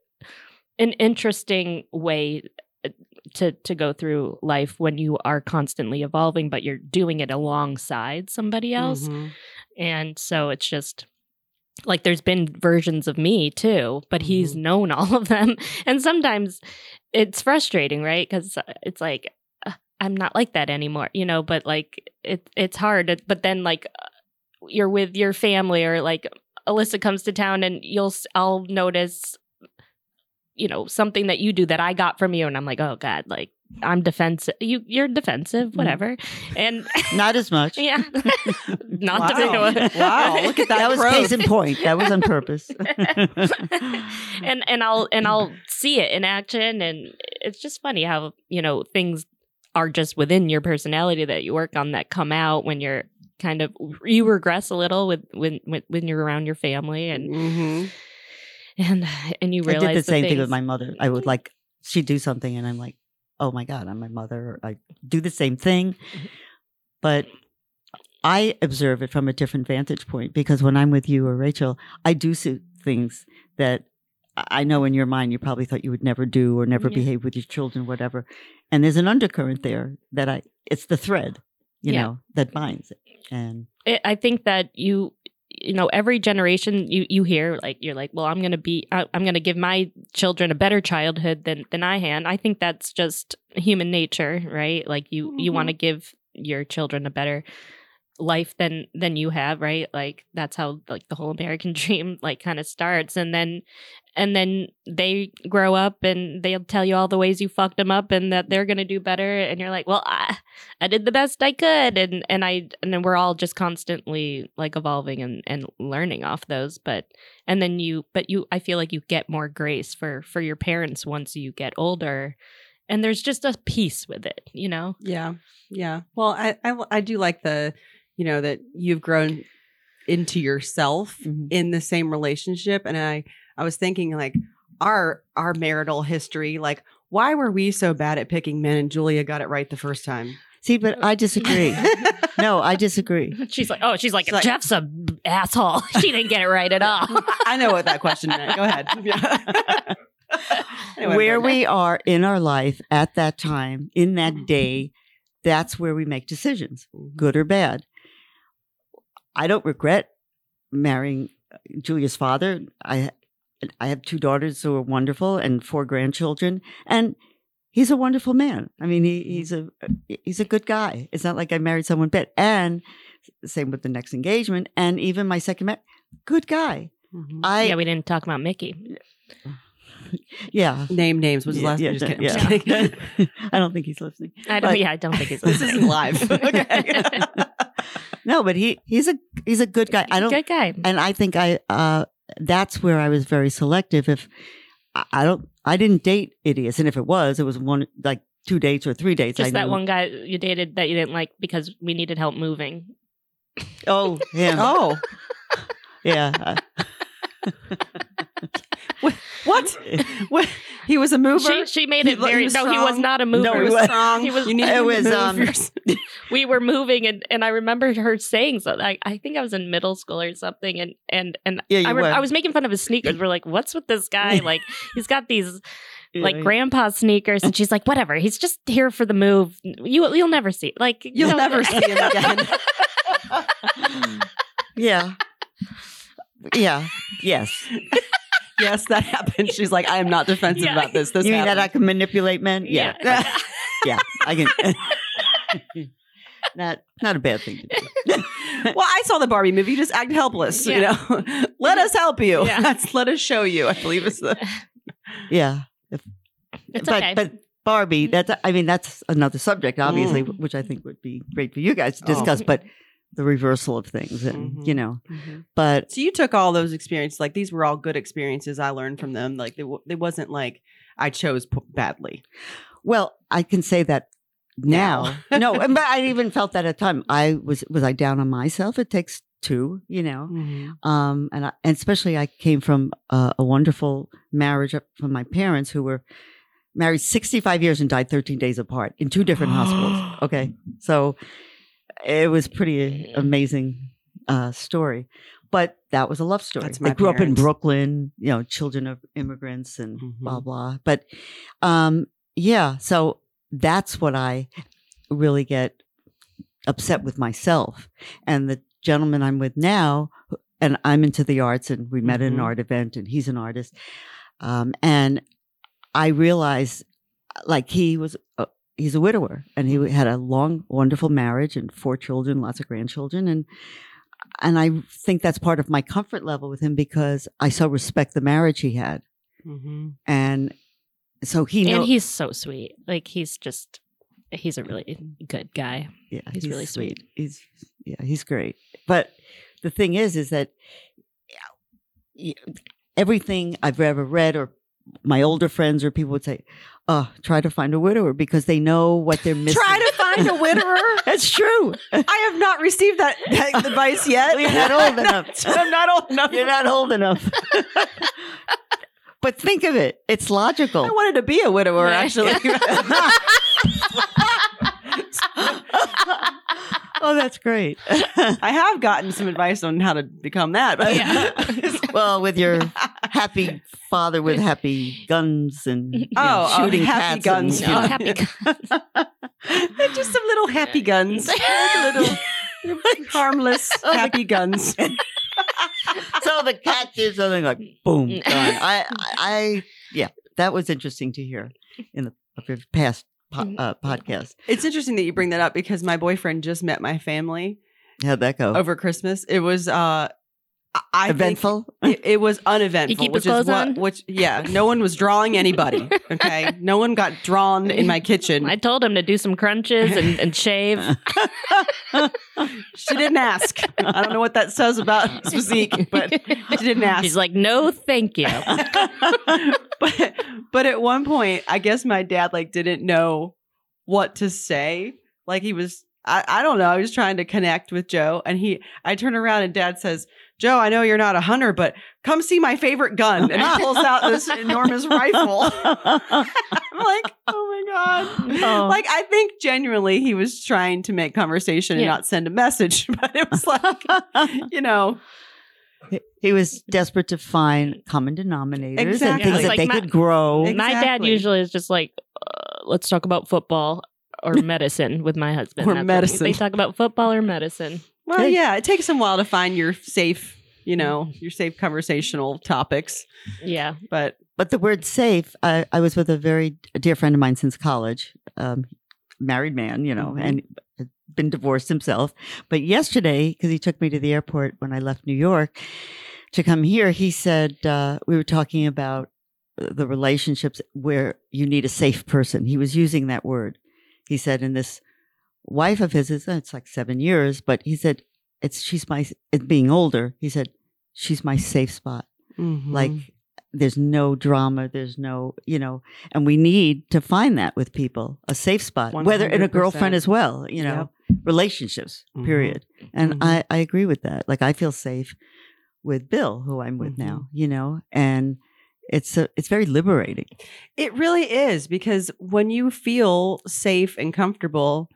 Speaker 2: an interesting way uh, to to go through life when you are constantly evolving, but you're doing it alongside somebody else.
Speaker 3: Mm-hmm.
Speaker 2: And so it's just like there's been versions of me too, but he's
Speaker 3: Mhm.
Speaker 2: known all of them. And sometimes it's frustrating, right? Cuz it's like uh, I'm not like that anymore, you know, but like it it's hard, It- but then like uh, you're with your family or like Alyssa comes to town and you'll s- I'll notice you know something that you do that I got from you and I'm like, "Oh god, like I'm defensive. You you're defensive,
Speaker 4: Mhm.
Speaker 2: whatever." And
Speaker 4: not as much.
Speaker 2: yeah. Not to
Speaker 3: Wow.
Speaker 2: make a-
Speaker 3: Wow, look at
Speaker 4: That was
Speaker 3: growth.
Speaker 4: case in point. That was on purpose.
Speaker 2: and and I'll and I'll see it in action and it's just funny how, you know, things are just within your personality that you work on that come out when you're kind of you regress a little with when when, when you're around your family and
Speaker 3: Mm-hmm.
Speaker 2: and and you
Speaker 4: Mm-hmm. I
Speaker 2: realize
Speaker 4: did the same thing with
Speaker 2: things.
Speaker 4: my mother. I would like she'd do something, and I'm like, "Oh my god, I'm my mother." Or I do the same thing, but I observe it from a different vantage point because when I'm with you or Rachel, I do see things that I I know in your mind you probably thought you would never do or never
Speaker 2: Yeah.
Speaker 4: behave with your children, whatever. And there's an undercurrent there that I it's the thread, you
Speaker 2: Yeah.
Speaker 4: know, that binds it. And
Speaker 2: it, I think that you you know every generation you you hear like you're like well I'm gonna be I, I'm gonna give my children a better childhood than than I had. I think that's just human nature, right? Like you you
Speaker 3: Mhm.
Speaker 2: want to give your children a better life than than you have, right? Like that's how like the whole American dream like kind of starts, and then and then they grow up and they'll tell you all the ways you fucked them up and that they're gonna do better, and you're like, well, I, I did the best I could, and and I and then we're all just constantly like evolving and and learning off those, but and then you but you I feel like you get more grace for for your parents once you get older. And there's just a peace with it, you know?
Speaker 3: Yeah. Yeah. Well, I, I I do like the, you know, that you've grown into yourself
Speaker 4: Mhm.
Speaker 3: in the same relationship and I I was thinking like our our marital history like why were we so bad at picking men and Julia got it right the first time?
Speaker 4: see, but I disagree. no, I disagree.
Speaker 2: She's like, oh, she's like,
Speaker 3: She's like-
Speaker 2: Jeff's a asshole. She didn't get it right at all.
Speaker 3: I know what that question meant. Go ahead. Yeah. Anyway,
Speaker 4: where
Speaker 3: Brenda.
Speaker 4: we are in our life at that time, in that day, that's where we make decisions, good or bad. I don't regret marrying uh, Julia's father. I I have two daughters who are wonderful and four grandchildren, and he's a wonderful man. I mean, he, he's a uh, he's a good guy. It's not like I married someone bad. And same with the next engagement, and even my second marriage, good guy.
Speaker 3: Mhm.
Speaker 4: I
Speaker 2: yeah, we didn't talk about Mickey.
Speaker 4: yeah.
Speaker 3: Name names was the
Speaker 4: Yeah,
Speaker 3: last.
Speaker 4: yeah,
Speaker 3: I'm just kidding.
Speaker 4: yeah.
Speaker 3: I'm just kidding.
Speaker 4: I don't think he's listening.
Speaker 2: I don't.
Speaker 4: But-
Speaker 2: yeah, I don't think he's
Speaker 3: this
Speaker 2: listening.
Speaker 3: isn't live. okay.
Speaker 4: No, but he he's a he's a good guy. I don't
Speaker 2: Good guy.
Speaker 4: and I think I uh that's where I was very selective if I, I don't I didn't date idiots and if it was it was one like two dates or three dates I
Speaker 2: Just that
Speaker 4: knew.
Speaker 2: one guy you dated that you didn't like because we needed help moving.
Speaker 4: Oh, him.
Speaker 3: Oh,
Speaker 4: yeah.
Speaker 3: what? what? He was a
Speaker 2: She,
Speaker 3: mover.
Speaker 2: she made
Speaker 3: He
Speaker 2: it
Speaker 3: lo- he
Speaker 2: very.
Speaker 3: was
Speaker 2: no, he was
Speaker 3: strong.
Speaker 2: not a mover.
Speaker 4: No,
Speaker 3: he
Speaker 4: he
Speaker 3: was
Speaker 4: was-
Speaker 3: strong.
Speaker 2: he was-
Speaker 3: you needed
Speaker 4: it
Speaker 3: to
Speaker 4: was,
Speaker 3: move
Speaker 4: um,
Speaker 3: yours.
Speaker 2: we were moving, and, and I remember her saying something. I, I think I was in middle school or something, and and and
Speaker 4: Yeah, you
Speaker 2: I,
Speaker 4: were.
Speaker 2: I was making fun of his sneakers. We're like, "What's with this guy? Like, he's got these like
Speaker 4: Yeah.
Speaker 2: grandpa sneakers and she's like whatever he's just here for the move you you'll never see like you
Speaker 3: You'll
Speaker 2: know,
Speaker 3: never see him again.
Speaker 4: Yeah. Yeah. Yes.
Speaker 3: yes, that happened. She's like, I am not defensive
Speaker 2: Yeah.
Speaker 3: about this. This
Speaker 4: you mean that
Speaker 3: happened.
Speaker 4: I can manipulate men? Yeah. Yeah, I can. not not a bad thing to do.
Speaker 3: well, I saw the Barbie movie. You just act helpless. You
Speaker 2: Yeah.
Speaker 3: know, let us help you.
Speaker 2: Yeah.
Speaker 3: That's, let us show you. I believe it's the
Speaker 4: Yeah.
Speaker 2: it's
Speaker 4: but,
Speaker 2: okay
Speaker 4: But Barbie, that's I mean that's another subject, obviously, which I think would be great for you guys to
Speaker 3: Oh.
Speaker 4: discuss. But the reversal of things, and
Speaker 3: Mhm.
Speaker 4: you know, but
Speaker 3: So you took all those experiences. Like these were all good experiences. I learned from them. Like they, w- it wasn't like I chose p- badly.
Speaker 4: well, I can say that now. no, and- but I even felt that at the time. I was was I down on myself? It takes two, you know, um, and I, and especially I came from uh, a wonderful marriage up from my parents who were married 65 years and died 13 days apart in two different hospitals. Okay. So it was pretty amazing uh, story. But that was a love story.
Speaker 3: That's my
Speaker 4: I grew up
Speaker 3: parents.
Speaker 4: in Brooklyn, you know, children of immigrants and blah
Speaker 3: Mhm.
Speaker 4: blah. But um yeah, so that's what I really get upset with myself. And the gentleman I'm with now, and I'm into the arts and we met at an
Speaker 3: Mhm.
Speaker 4: art event and he's an artist. Um and I realized like he was a, he's a widower and he had a long wonderful marriage and four children, lots of grandchildren and and I think that's part of my comfort level with him because I so respect the marriage he had
Speaker 3: Mhm.
Speaker 4: and so he know,
Speaker 2: and he's so sweet like he's just he's a really good guy
Speaker 4: yeah,
Speaker 2: he's really sweet.
Speaker 4: He's yeah, he's great. But the thing is, is that yeah, y- everything I've ever read or my older friends or people would say, "Oh, try to find a widower because they know what they're missing."
Speaker 3: Try to find a widower.
Speaker 4: That's true.
Speaker 3: I have not received that, that advice yet.
Speaker 4: You're not old enough.
Speaker 3: I'm not old enough.
Speaker 4: You're not old enough. but think of it; it's logical.
Speaker 3: I wanted to be a widower,
Speaker 2: Yeah.
Speaker 3: actually.
Speaker 4: oh, that's great.
Speaker 3: I have gotten some advice on how to become that. But
Speaker 4: well, with your happy father with happy guns and you know,
Speaker 3: Oh, oh,
Speaker 4: shooting
Speaker 3: happy
Speaker 4: cats
Speaker 3: guns.
Speaker 4: And,
Speaker 2: Oh,
Speaker 4: you know.
Speaker 2: happy guy.
Speaker 3: They're just some little happy guns, Like little harmless
Speaker 2: Oh
Speaker 3: happy guns.
Speaker 4: so the cat did something like boom.
Speaker 3: Mm.
Speaker 4: Done. I, I, I, yeah, that was interesting to hear in the of your past
Speaker 3: Mm-hmm.
Speaker 4: po- uh, podcast.
Speaker 3: It's interesting that you bring that up because my boyfriend just met my family
Speaker 4: How'd that go?
Speaker 3: over Christmas. It was uh, I- Oh, I think
Speaker 4: Oh. Eventful.
Speaker 3: it, it was uneventful.
Speaker 2: You keep
Speaker 3: which
Speaker 2: his
Speaker 3: is
Speaker 2: clothes
Speaker 3: what,
Speaker 2: on?
Speaker 3: Which yeah, no one was drawing anybody. Okay, no one got drawn in my kitchen.
Speaker 2: i told him to do some crunches and, and shave
Speaker 3: she didn't ask. I don't know what that says about his physique, but she didn't ask.
Speaker 2: she's like no thank you
Speaker 3: but but at one point, I guess my dad like didn't know what to say. Like he was I, I don't know, I was trying to connect with Joe and he I turn around and dad says, Joe, I know you're not a hunter, but come see my favorite gun. And he pulls out this enormous rifle. I'm like, oh my God.
Speaker 2: Oh.
Speaker 3: Like, I think genuinely he was trying to make conversation and
Speaker 2: Yeah.
Speaker 3: not send a message, but it was like, you know,
Speaker 4: He was desperate to find common denominators and
Speaker 3: Exactly.
Speaker 4: things that
Speaker 2: Like
Speaker 4: they
Speaker 2: my-
Speaker 4: could grow.
Speaker 3: Ex-
Speaker 2: My dad
Speaker 3: Exactly.
Speaker 2: usually is just like, uh, let's talk about football or medicine with my husband.
Speaker 3: Or
Speaker 2: what
Speaker 3: medicine.
Speaker 2: They talk about football or medicine.
Speaker 3: well,
Speaker 4: Hey.
Speaker 3: yeah, it takes a while to find your safe, you know, your safe conversational topics,
Speaker 2: Yeah.
Speaker 3: but
Speaker 4: But the word safe, I, I was with a very dear friend of mine since college, um, married man, you know,
Speaker 3: Mhm.
Speaker 4: and had been divorced himself. But yesterday, because he took me to the airport when I left New York to come here, he said uh, we were talking about the relationships where you need a safe person. He was using that word. He said, and this wife of his is uh, it's like seven years, but he said it's she's my it being older. He said she's my safe spot like
Speaker 3: Mm-hmm.
Speaker 4: there's no drama there's no you know and we need to find that with people a safe spot whether in a
Speaker 3: 100%.
Speaker 4: girlfriend as well you know relationships
Speaker 3: Mhm.
Speaker 4: period and
Speaker 3: Mhm.
Speaker 4: I, I agree with that like i feel safe with bill who i'm
Speaker 3: Mm-hmm.
Speaker 4: with now you know and it's a, it's very liberating
Speaker 3: It really is because when you feel safe and comfortable,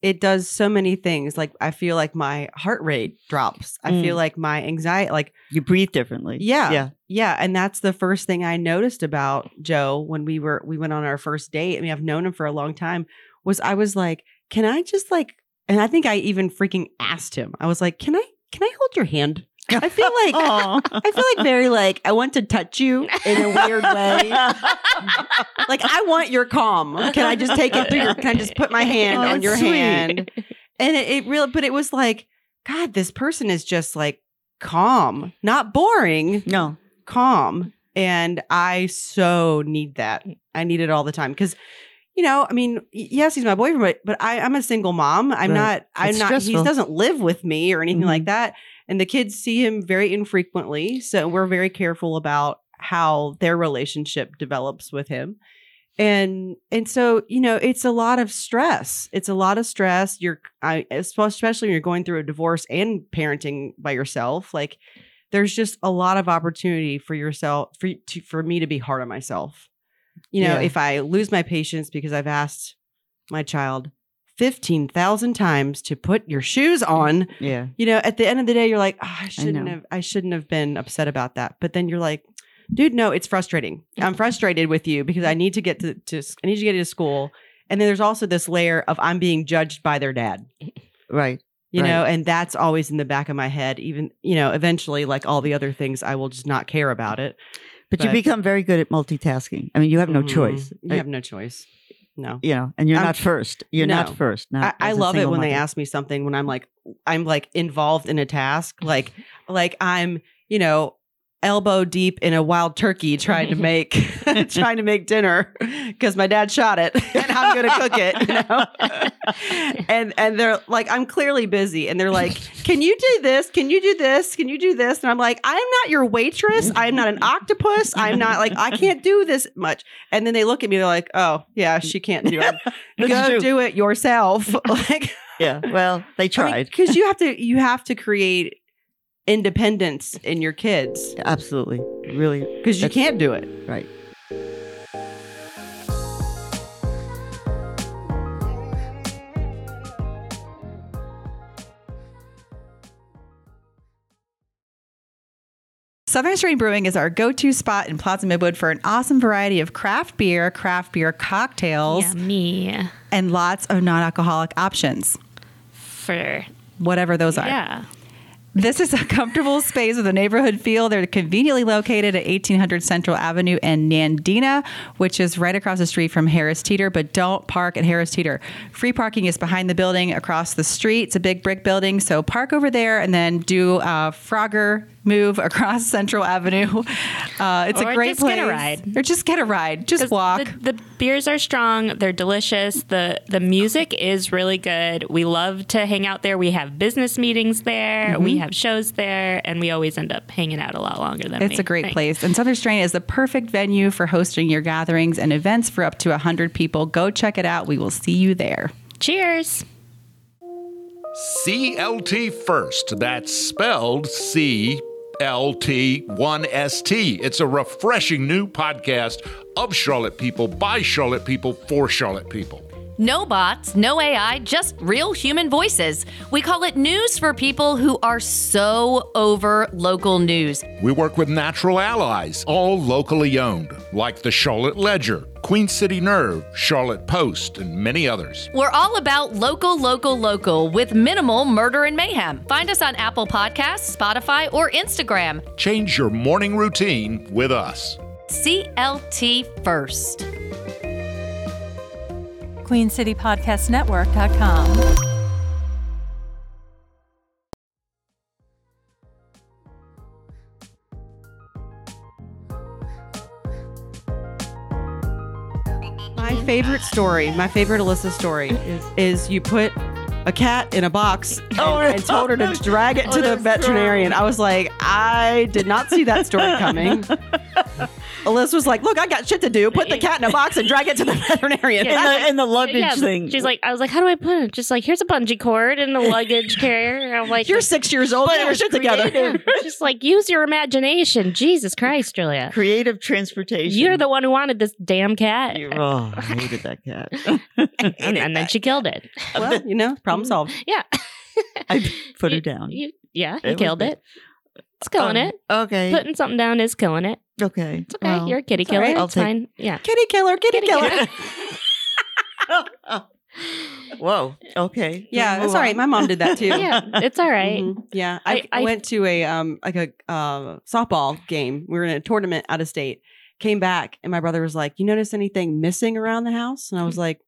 Speaker 3: it does so many things. Like I feel like my heart rate drops. I feel like my anxiety like
Speaker 4: you breathe differently
Speaker 3: Yeah.
Speaker 4: yeah
Speaker 3: yeah, and that's the first thing I noticed about Joe when we were we went on our first date. I mean, I've known him for a long time. Was I was like, "Can I just like and I think I even freaking asked him. I was like, "Can I can I hold your hand?" I feel like I feel like very like I want to touch you in a weird way. Like I want your calm. Can I just take it through your? Can I just put my hand
Speaker 4: Oh,
Speaker 3: on your
Speaker 4: sweet.
Speaker 3: hand? And it, it really, but it was like, God, this person is just like calm, not boring,
Speaker 4: no
Speaker 3: calm. And I so need that.
Speaker 4: Mm.
Speaker 3: I need it all the time because, you know, I mean, y- yes, he's my boyfriend, but, but I, I'm a single mom. I'm
Speaker 4: Right.
Speaker 3: not. I'm
Speaker 4: It's
Speaker 3: not.
Speaker 4: stressful. Mm-hmm.
Speaker 3: He doesn't live with me or anything like that. And the kids see him very infrequently, so we're very careful about how their relationship develops with him. And and so you know, it's a lot of stress. It's a lot of stress. You're, I, especially when you're going through a divorce and parenting by yourself, like. There's just a lot of opportunity for yourself for to, for me to be hard on myself. You know,
Speaker 4: Yeah.
Speaker 3: if I lose my patience because I've asked my child 15,000 times to put your shoes on,
Speaker 4: yeah
Speaker 3: you know, at the end of the day you're like, "Ah, I shouldn't
Speaker 4: know.
Speaker 3: have I shouldn't have been upset about that. But then you're like, dude, no, it's frustrating. I'm frustrated with you because I need to get to, to I need to get to school. And then there's also this layer of I'm being judged by their dad
Speaker 4: right
Speaker 3: you
Speaker 4: Right.
Speaker 3: know and that's always in the back of my head even you know eventually like all the other things i will just not care about it
Speaker 4: but, you
Speaker 3: But-
Speaker 4: become very good at multitasking i mean you have no
Speaker 3: Mhm.
Speaker 4: choice
Speaker 3: you
Speaker 4: Uh,
Speaker 3: have no choice no
Speaker 4: you know and you're
Speaker 3: I'm-
Speaker 4: not first you're
Speaker 3: No.
Speaker 4: not first
Speaker 3: I,
Speaker 4: not
Speaker 3: I
Speaker 4: as a
Speaker 3: love it
Speaker 4: single
Speaker 3: when they
Speaker 4: mother.
Speaker 3: ask me something when I'm like I'm like involved in a task like like I'm you know elbow deep in a wild turkey trying to make trying to make dinner because my dad shot it and I'm gonna cook it you know and and they're like I'm clearly busy and they're like can you do this can you do this can you do this and I'm like I'm not your waitress I'm not an octopus I'm not like I can't do this much and then they look at me they're like oh yeah
Speaker 5: Mm.
Speaker 3: she can't do it
Speaker 4: This is
Speaker 3: go
Speaker 4: true.
Speaker 3: do it yourself like
Speaker 4: yeah well they tried
Speaker 3: because you have to you have to create independence in your kids
Speaker 4: Absolutely. Really.
Speaker 3: because you
Speaker 4: That's-
Speaker 3: can't do it
Speaker 4: Right.
Speaker 5: Southern Stream Brewing is our go to spot in Plaza Midwood for an awesome variety of craft beer, craft beer cocktails,
Speaker 2: Yeah, me.
Speaker 5: and lots of non alcoholic options,
Speaker 2: For.
Speaker 5: whatever those are.
Speaker 2: Yeah.
Speaker 5: This is a comfortable space with a neighborhood feel. They're conveniently located at 1800 Central Avenue and Nandina, which is right across the street from Harris Teeter, but don't park at Harris Teeter. Free parking is behind the building across the street. It's a big brick building, so park over there and then do a Frogger move across Central Avenue. Uh, it's
Speaker 2: Or
Speaker 5: a great
Speaker 2: just
Speaker 5: place.
Speaker 2: get a ride.
Speaker 5: Or just get a ride. Just
Speaker 2: 'Cause
Speaker 5: walk.
Speaker 2: The, the beers are strong. They're delicious. the The music is really good. We love to hang out there. We have business meetings there. We
Speaker 3: Mm-hmm.
Speaker 2: have shows there, and we always end up hanging out a lot longer than
Speaker 5: It's
Speaker 2: we
Speaker 5: a great
Speaker 2: think.
Speaker 5: place. And Southern Strain is the perfect venue for hosting your gatherings and events for up to 100 people. Go check it out. We will see you there.
Speaker 2: Cheers.
Speaker 6: CLT first. That's spelled C LT1ST. It's a refreshing new podcast of Charlotte people, by Charlotte people, for Charlotte people.
Speaker 7: No bots, no AI, just real human voices. We call it news for people who are so over local news.
Speaker 6: We work with natural allies, all locally owned, like the Charlotte Ledger, Queen City Nerve, Charlotte Post, and many others.
Speaker 7: We're all about local, local, local with minimal murder and mayhem. Find us on Apple Podcasts, Spotify, or Instagram.
Speaker 6: Change your morning routine with us.
Speaker 7: CLT first.
Speaker 1: QueenCityPodcastNetwork.com.
Speaker 3: My favorite story, my favorite Alyssa story, is, is you put a cat in a box and, and told her to drag it to the veterinarian. I was like, I did not see that story coming. Alyssa was like, "Look, I got shit to do. Put the cat in a box and drag it to the veterinarian."
Speaker 4: in the in the luggage thing.
Speaker 2: She's like, I was like, how do I put it? Just like, here's a bungee cord and a luggage carrier. And I'm like,
Speaker 3: You're six years old. Get your shit together.
Speaker 2: creative. just like, use your imagination. Jesus Christ, Julia.
Speaker 4: creative transportation.
Speaker 2: You're the one who wanted this damn cat.
Speaker 4: You're- oh, I hated that cat.
Speaker 2: and, and then she killed it.
Speaker 3: Well, you know, problem solved.
Speaker 2: Yeah.
Speaker 4: I put her
Speaker 2: You-
Speaker 4: down.
Speaker 2: You, yeah,
Speaker 4: It
Speaker 2: you
Speaker 4: was
Speaker 2: killed
Speaker 4: bad.
Speaker 2: it. It's killing
Speaker 4: Um,
Speaker 2: it.
Speaker 4: Okay.
Speaker 2: Putting something down is killing it.
Speaker 4: okay.
Speaker 2: It's okay. You're a kitty
Speaker 4: it's all
Speaker 2: killer.
Speaker 4: right. I'll
Speaker 2: It's
Speaker 4: take-
Speaker 2: fine. Yeah.
Speaker 3: Kitty killer, kitty,
Speaker 2: Kitty
Speaker 3: killer.
Speaker 2: killer.
Speaker 4: Whoa. Okay.
Speaker 3: Yeah,
Speaker 4: Move
Speaker 3: it's all right.
Speaker 4: on.
Speaker 3: My mom did that too.
Speaker 2: yeah, it's all right.
Speaker 3: Mhm. Yeah, I,
Speaker 2: I- I-
Speaker 3: went to a um like a uh, softball game. We were in a tournament out of state. Came back and my brother was like, "You notice anything missing around the house?" And I
Speaker 2: Mm.
Speaker 3: was like,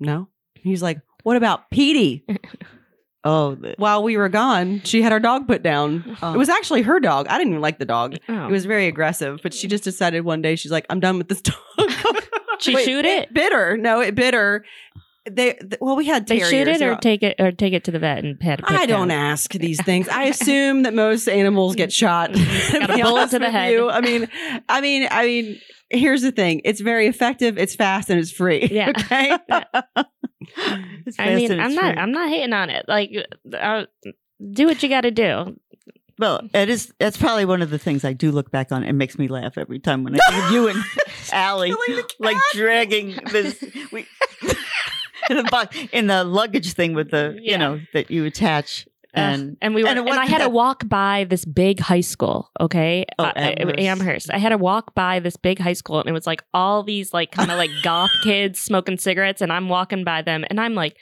Speaker 3: "No." And He's like, "What about Petey?"
Speaker 4: Oh, the, oh,
Speaker 3: While we were gone, she had our dog put down. It was actually her dog. I didn't even like the dog.
Speaker 2: Oh.
Speaker 3: It was very aggressive, but she just decided one day she's like, "I'm done with this dog."
Speaker 2: she
Speaker 3: Wait,
Speaker 2: shoot it.
Speaker 3: bit her. No, it bit her. They th- well, we had
Speaker 2: They
Speaker 3: terriers.
Speaker 2: shoot it
Speaker 3: They're
Speaker 2: or
Speaker 3: all-
Speaker 2: take it or take it to the vet and pet.
Speaker 3: I don't ask these things. I assume that most animals get shot. to
Speaker 2: Got a
Speaker 3: be
Speaker 2: bullet
Speaker 3: honest
Speaker 2: to the
Speaker 3: with
Speaker 2: head.
Speaker 3: you. I mean, I mean, I mean. Here's the thing: it's very effective, it's fast, and it's free.
Speaker 2: Yeah.
Speaker 3: Okay.
Speaker 4: it's
Speaker 2: I mean,
Speaker 4: fast and
Speaker 2: I'm
Speaker 4: it's
Speaker 2: not.
Speaker 4: free.
Speaker 2: I'm not hating on it. Like, uh, do what you got to do.
Speaker 4: Well, it is. That's probably one of the things I do look back on. It makes me laugh every time when I think of you and Allie, like dragging this we, in the box in the luggage thing with the
Speaker 2: Yeah.
Speaker 4: you know that you attach and
Speaker 2: Ugh. Uh, and we were,
Speaker 4: and
Speaker 2: and,
Speaker 4: it
Speaker 2: I
Speaker 4: wasn't
Speaker 2: had to
Speaker 4: that-
Speaker 2: walk by this big high school. Okay,
Speaker 4: Oh,
Speaker 2: Uh, it-
Speaker 4: Amherst.
Speaker 2: Amherst. I had to walk by this big high school, and it was like all these like kind of like goth kids smoking cigarettes, and I'm walking by them, and I'm like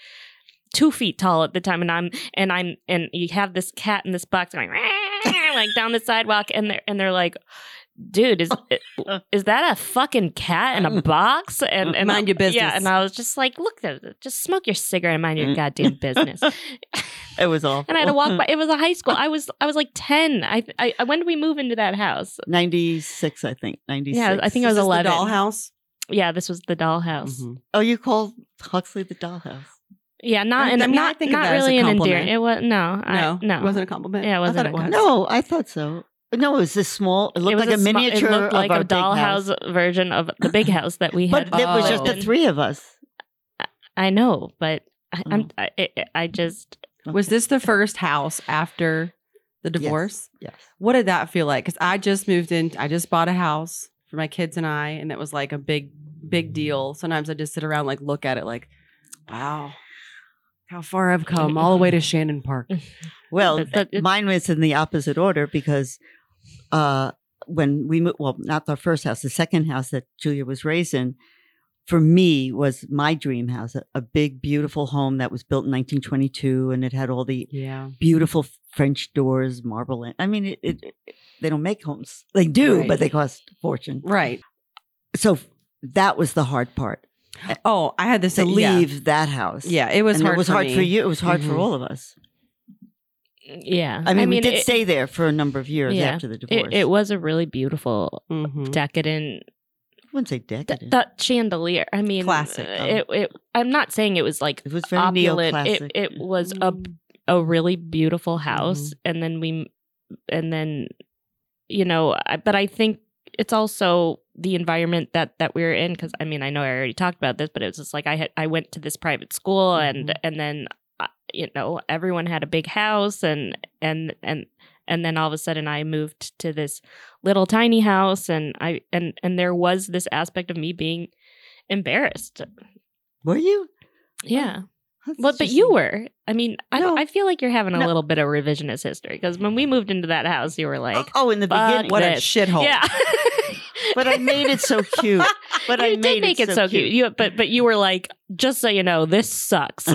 Speaker 2: two feet tall at the time, and I'm and I'm and you have this cat in this box going like down the sidewalk, and they're and they're like. Dude, is is that a fucking cat in a box? And, and
Speaker 3: Mind your business.
Speaker 2: Yeah, and I was just like, look, just smoke your cigarette and mind your
Speaker 4: Mm.
Speaker 2: goddamn business.
Speaker 4: it was awful.
Speaker 2: and I had to walk by. It was a high school. I was I was like ten. I, I I- when did we move into that house?
Speaker 4: ninety six, oh, I think ninety six.
Speaker 2: Yeah, I think I was
Speaker 3: Is this
Speaker 2: eleven.
Speaker 3: The dollhouse.
Speaker 2: Yeah, this was the dollhouse.
Speaker 3: Mm-hmm.
Speaker 4: Oh, you called Huxley the dollhouse.
Speaker 2: Yeah, not
Speaker 3: I
Speaker 2: and
Speaker 3: mean, I
Speaker 2: not
Speaker 3: think of
Speaker 2: not
Speaker 3: that as a
Speaker 2: really an endearing.
Speaker 3: compliment.
Speaker 2: It was no, I,
Speaker 3: No,
Speaker 2: no.
Speaker 3: it wasn't a compliment.
Speaker 2: Yeah, it
Speaker 3: I
Speaker 2: wasn't
Speaker 3: thought
Speaker 2: a compliment.
Speaker 4: No, I thought so. No, it was this small. It
Speaker 2: it
Speaker 4: looked
Speaker 2: was
Speaker 4: like a,
Speaker 2: sma-
Speaker 4: miniature
Speaker 2: It looked like
Speaker 4: of our
Speaker 2: a
Speaker 4: big house.
Speaker 2: dollhouse version of the big house that we
Speaker 4: But
Speaker 2: had.
Speaker 4: it was
Speaker 3: Oh.
Speaker 4: just the
Speaker 2: built.
Speaker 4: three of us.
Speaker 2: I know, but I,
Speaker 4: Oh.
Speaker 2: I'm I, I- I just
Speaker 3: Was this the first house after the divorce?
Speaker 4: Yes.
Speaker 3: What did that feel like? Because I just moved in. I just bought a house for my kids and I, and it was like a big, big deal. Sometimes I just sit around, like, look at it, like, wow, how far I've come, all the way to Shannon Park.
Speaker 4: Well,
Speaker 2: But- but it-
Speaker 4: mine was in the opposite order because uh, when we moved, well, not the first house, the second house that Julia was raised in, for me was my dream house, a, a big, beautiful home that was built in 1922 and it had all the
Speaker 3: Yeah.
Speaker 4: beautiful French doors, marble. In- I mean, it, it, it- they don't make homes. They do,
Speaker 3: Right.
Speaker 4: but they cost a fortune.
Speaker 3: Right.
Speaker 4: So that was the hard part
Speaker 3: Oh, I had this
Speaker 4: to leave that house.
Speaker 3: Yeah, it was
Speaker 4: And
Speaker 3: hard.
Speaker 4: it was
Speaker 3: for
Speaker 4: hard
Speaker 3: me.
Speaker 4: for you. It was hard for
Speaker 3: Mhm.
Speaker 4: all of us.
Speaker 2: yeah.
Speaker 4: I mean, we did
Speaker 2: it,
Speaker 4: stay there for a number of years
Speaker 2: Yeah.
Speaker 4: after the divorce.
Speaker 2: It, it was a really beautiful,
Speaker 3: Mhm.
Speaker 2: decadent
Speaker 4: I wouldn't say
Speaker 2: th-
Speaker 4: decadent.
Speaker 2: that chandelier. I mean, uh,
Speaker 3: Classic.
Speaker 2: It, it, I'm not saying it was like
Speaker 4: it was um, very
Speaker 2: opulent.
Speaker 4: neoclassic. Mm-hmm.
Speaker 2: It, it was a a really beautiful house, and then we, and then, you know, I, but I think it's also the environment that that we were in because I mean I know I already talked about this, but it was just like I had I went to this private school and and then uh, you know everyone had a big house and and and and then all of a sudden I moved to this little tiny house and I and and there was this aspect of me being embarrassed.
Speaker 4: Were you?
Speaker 2: Yeah.
Speaker 4: That's
Speaker 2: Well, but you
Speaker 4: interesting.
Speaker 2: were. I mean, I,
Speaker 4: No.
Speaker 2: I feel like you're having a
Speaker 4: No.
Speaker 2: little bit of revisionist history because when we moved into that house, you were like,
Speaker 4: oh, oh, in the
Speaker 2: fuck
Speaker 4: beginning.
Speaker 2: What
Speaker 3: What
Speaker 2: a
Speaker 3: a
Speaker 2: Yes.
Speaker 3: shithole.
Speaker 2: yeah.
Speaker 4: But I made it so cute. But
Speaker 2: you
Speaker 4: I
Speaker 2: did
Speaker 4: made
Speaker 2: make
Speaker 4: it, so
Speaker 2: cute. You, but but you were like, just so you know, this sucks.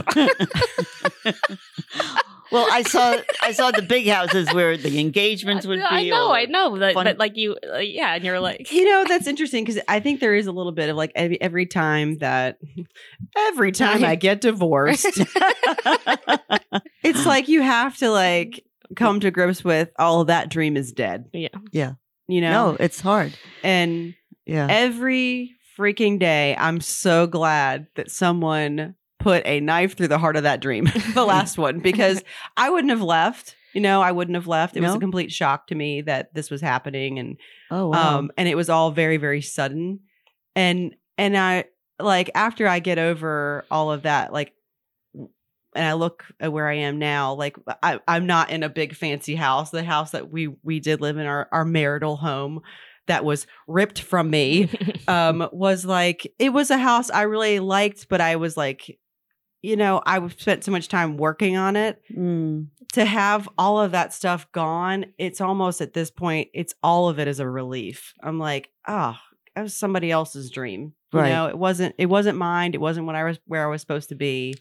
Speaker 4: well, I saw I saw the big houses where the engagements would be.
Speaker 2: I know,
Speaker 4: or-
Speaker 2: I know, but,
Speaker 4: fun-
Speaker 2: but like you, uh, yeah, and you're like,
Speaker 3: You know, that's interesting because I think there is a little bit of like every, every time that every time I get divorced, it's like you have to like come to grips with all of that dream is dead.
Speaker 2: Yeah.
Speaker 4: Yeah.
Speaker 3: You know?
Speaker 4: No, it's hard.
Speaker 3: And
Speaker 4: Yeah.
Speaker 3: every freaking day i'm so glad that someone put a knife through the heart of that dream the last one because i wouldn't have left you know i wouldn't have left it was
Speaker 4: No.
Speaker 3: a complete shock to me that this was happening and
Speaker 4: oh wow.
Speaker 3: um and it was all very very sudden and and i like after i get over all of that like and i look at where i am now like I, i'm not in a big fancy house the house that we we did live in our our marital home that was ripped from me um was like it was a house i really liked but i was like you know i spent so much time working on it
Speaker 4: Mm.
Speaker 3: to have all of that stuff gone, it's almost at this point, it's all of it is a relief. I'm like, oh, that was somebody else's dream.
Speaker 4: Right.
Speaker 3: You know, it wasn't it wasn't mine. It wasn't what I was where I was supposed to be.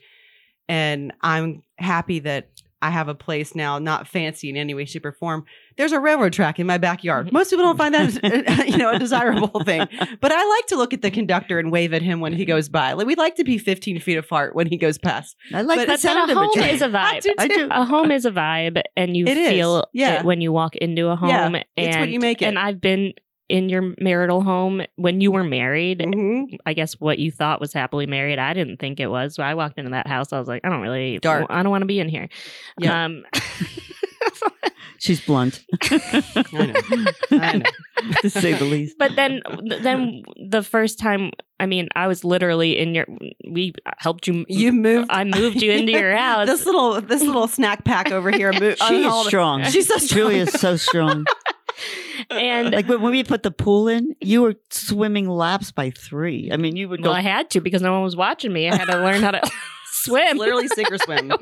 Speaker 3: And I'm happy that I have a place now, not fancy in any way, shape, or form. There's a railroad track in my backyard. Most people don't find that, uh, you know, a desirable thing. But I like to look at the conductor and wave at him when he goes by. Like we like to be 15 feet apart when he goes past.
Speaker 4: I like
Speaker 3: but-
Speaker 4: the
Speaker 2: but,
Speaker 4: sound
Speaker 2: but a
Speaker 4: of
Speaker 2: home
Speaker 4: it.
Speaker 2: is a vibe.
Speaker 3: do
Speaker 4: I do.
Speaker 2: a home is a vibe, and you
Speaker 3: It is,
Speaker 2: feel
Speaker 3: yeah.
Speaker 2: it when you walk into a home.
Speaker 3: Yeah,
Speaker 2: and
Speaker 3: it's what you make it.
Speaker 2: And I've been in your marital home when you were married.
Speaker 3: Mhm.
Speaker 2: I guess what you thought was happily married, I didn't think it was. So I walked into that house. I was like, I don't really,
Speaker 3: Dark.
Speaker 2: I don't want to be in here.
Speaker 3: Yeah.
Speaker 2: Um,
Speaker 4: She's blunt,
Speaker 3: I know. I know.
Speaker 4: to say the least.
Speaker 2: but then then the first time i mean i was literally in your we helped you
Speaker 3: You moved.
Speaker 2: i moved you into your house Oh,
Speaker 3: this little this little snack pack over here. Mo-
Speaker 4: She is
Speaker 3: unhauled-
Speaker 4: strong.
Speaker 3: She's so strong.
Speaker 4: Julie is so strong.
Speaker 2: and
Speaker 4: Like when when we put the pool in, you were swimming laps by three. I mean, you would go.
Speaker 2: well i had to because no one was watching me i had to learn how to swim
Speaker 3: Literally sink or swim.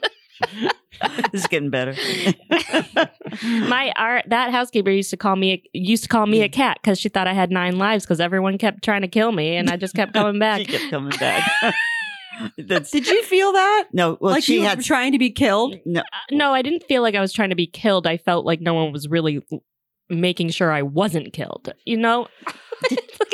Speaker 4: this is getting better.
Speaker 2: my our, that housekeeper used to call me used to call me a cat because she thought i had nine lives because everyone kept trying to kill me and i just kept coming
Speaker 4: she
Speaker 2: back
Speaker 4: kept coming back. That's
Speaker 3: Did you feel that?
Speaker 4: no. Well,
Speaker 3: like
Speaker 4: she
Speaker 3: you
Speaker 4: had
Speaker 3: were trying to be killed?
Speaker 4: no.
Speaker 2: no i didn't feel like i was trying to be killed i felt like no one was really making sure i wasn't killed you know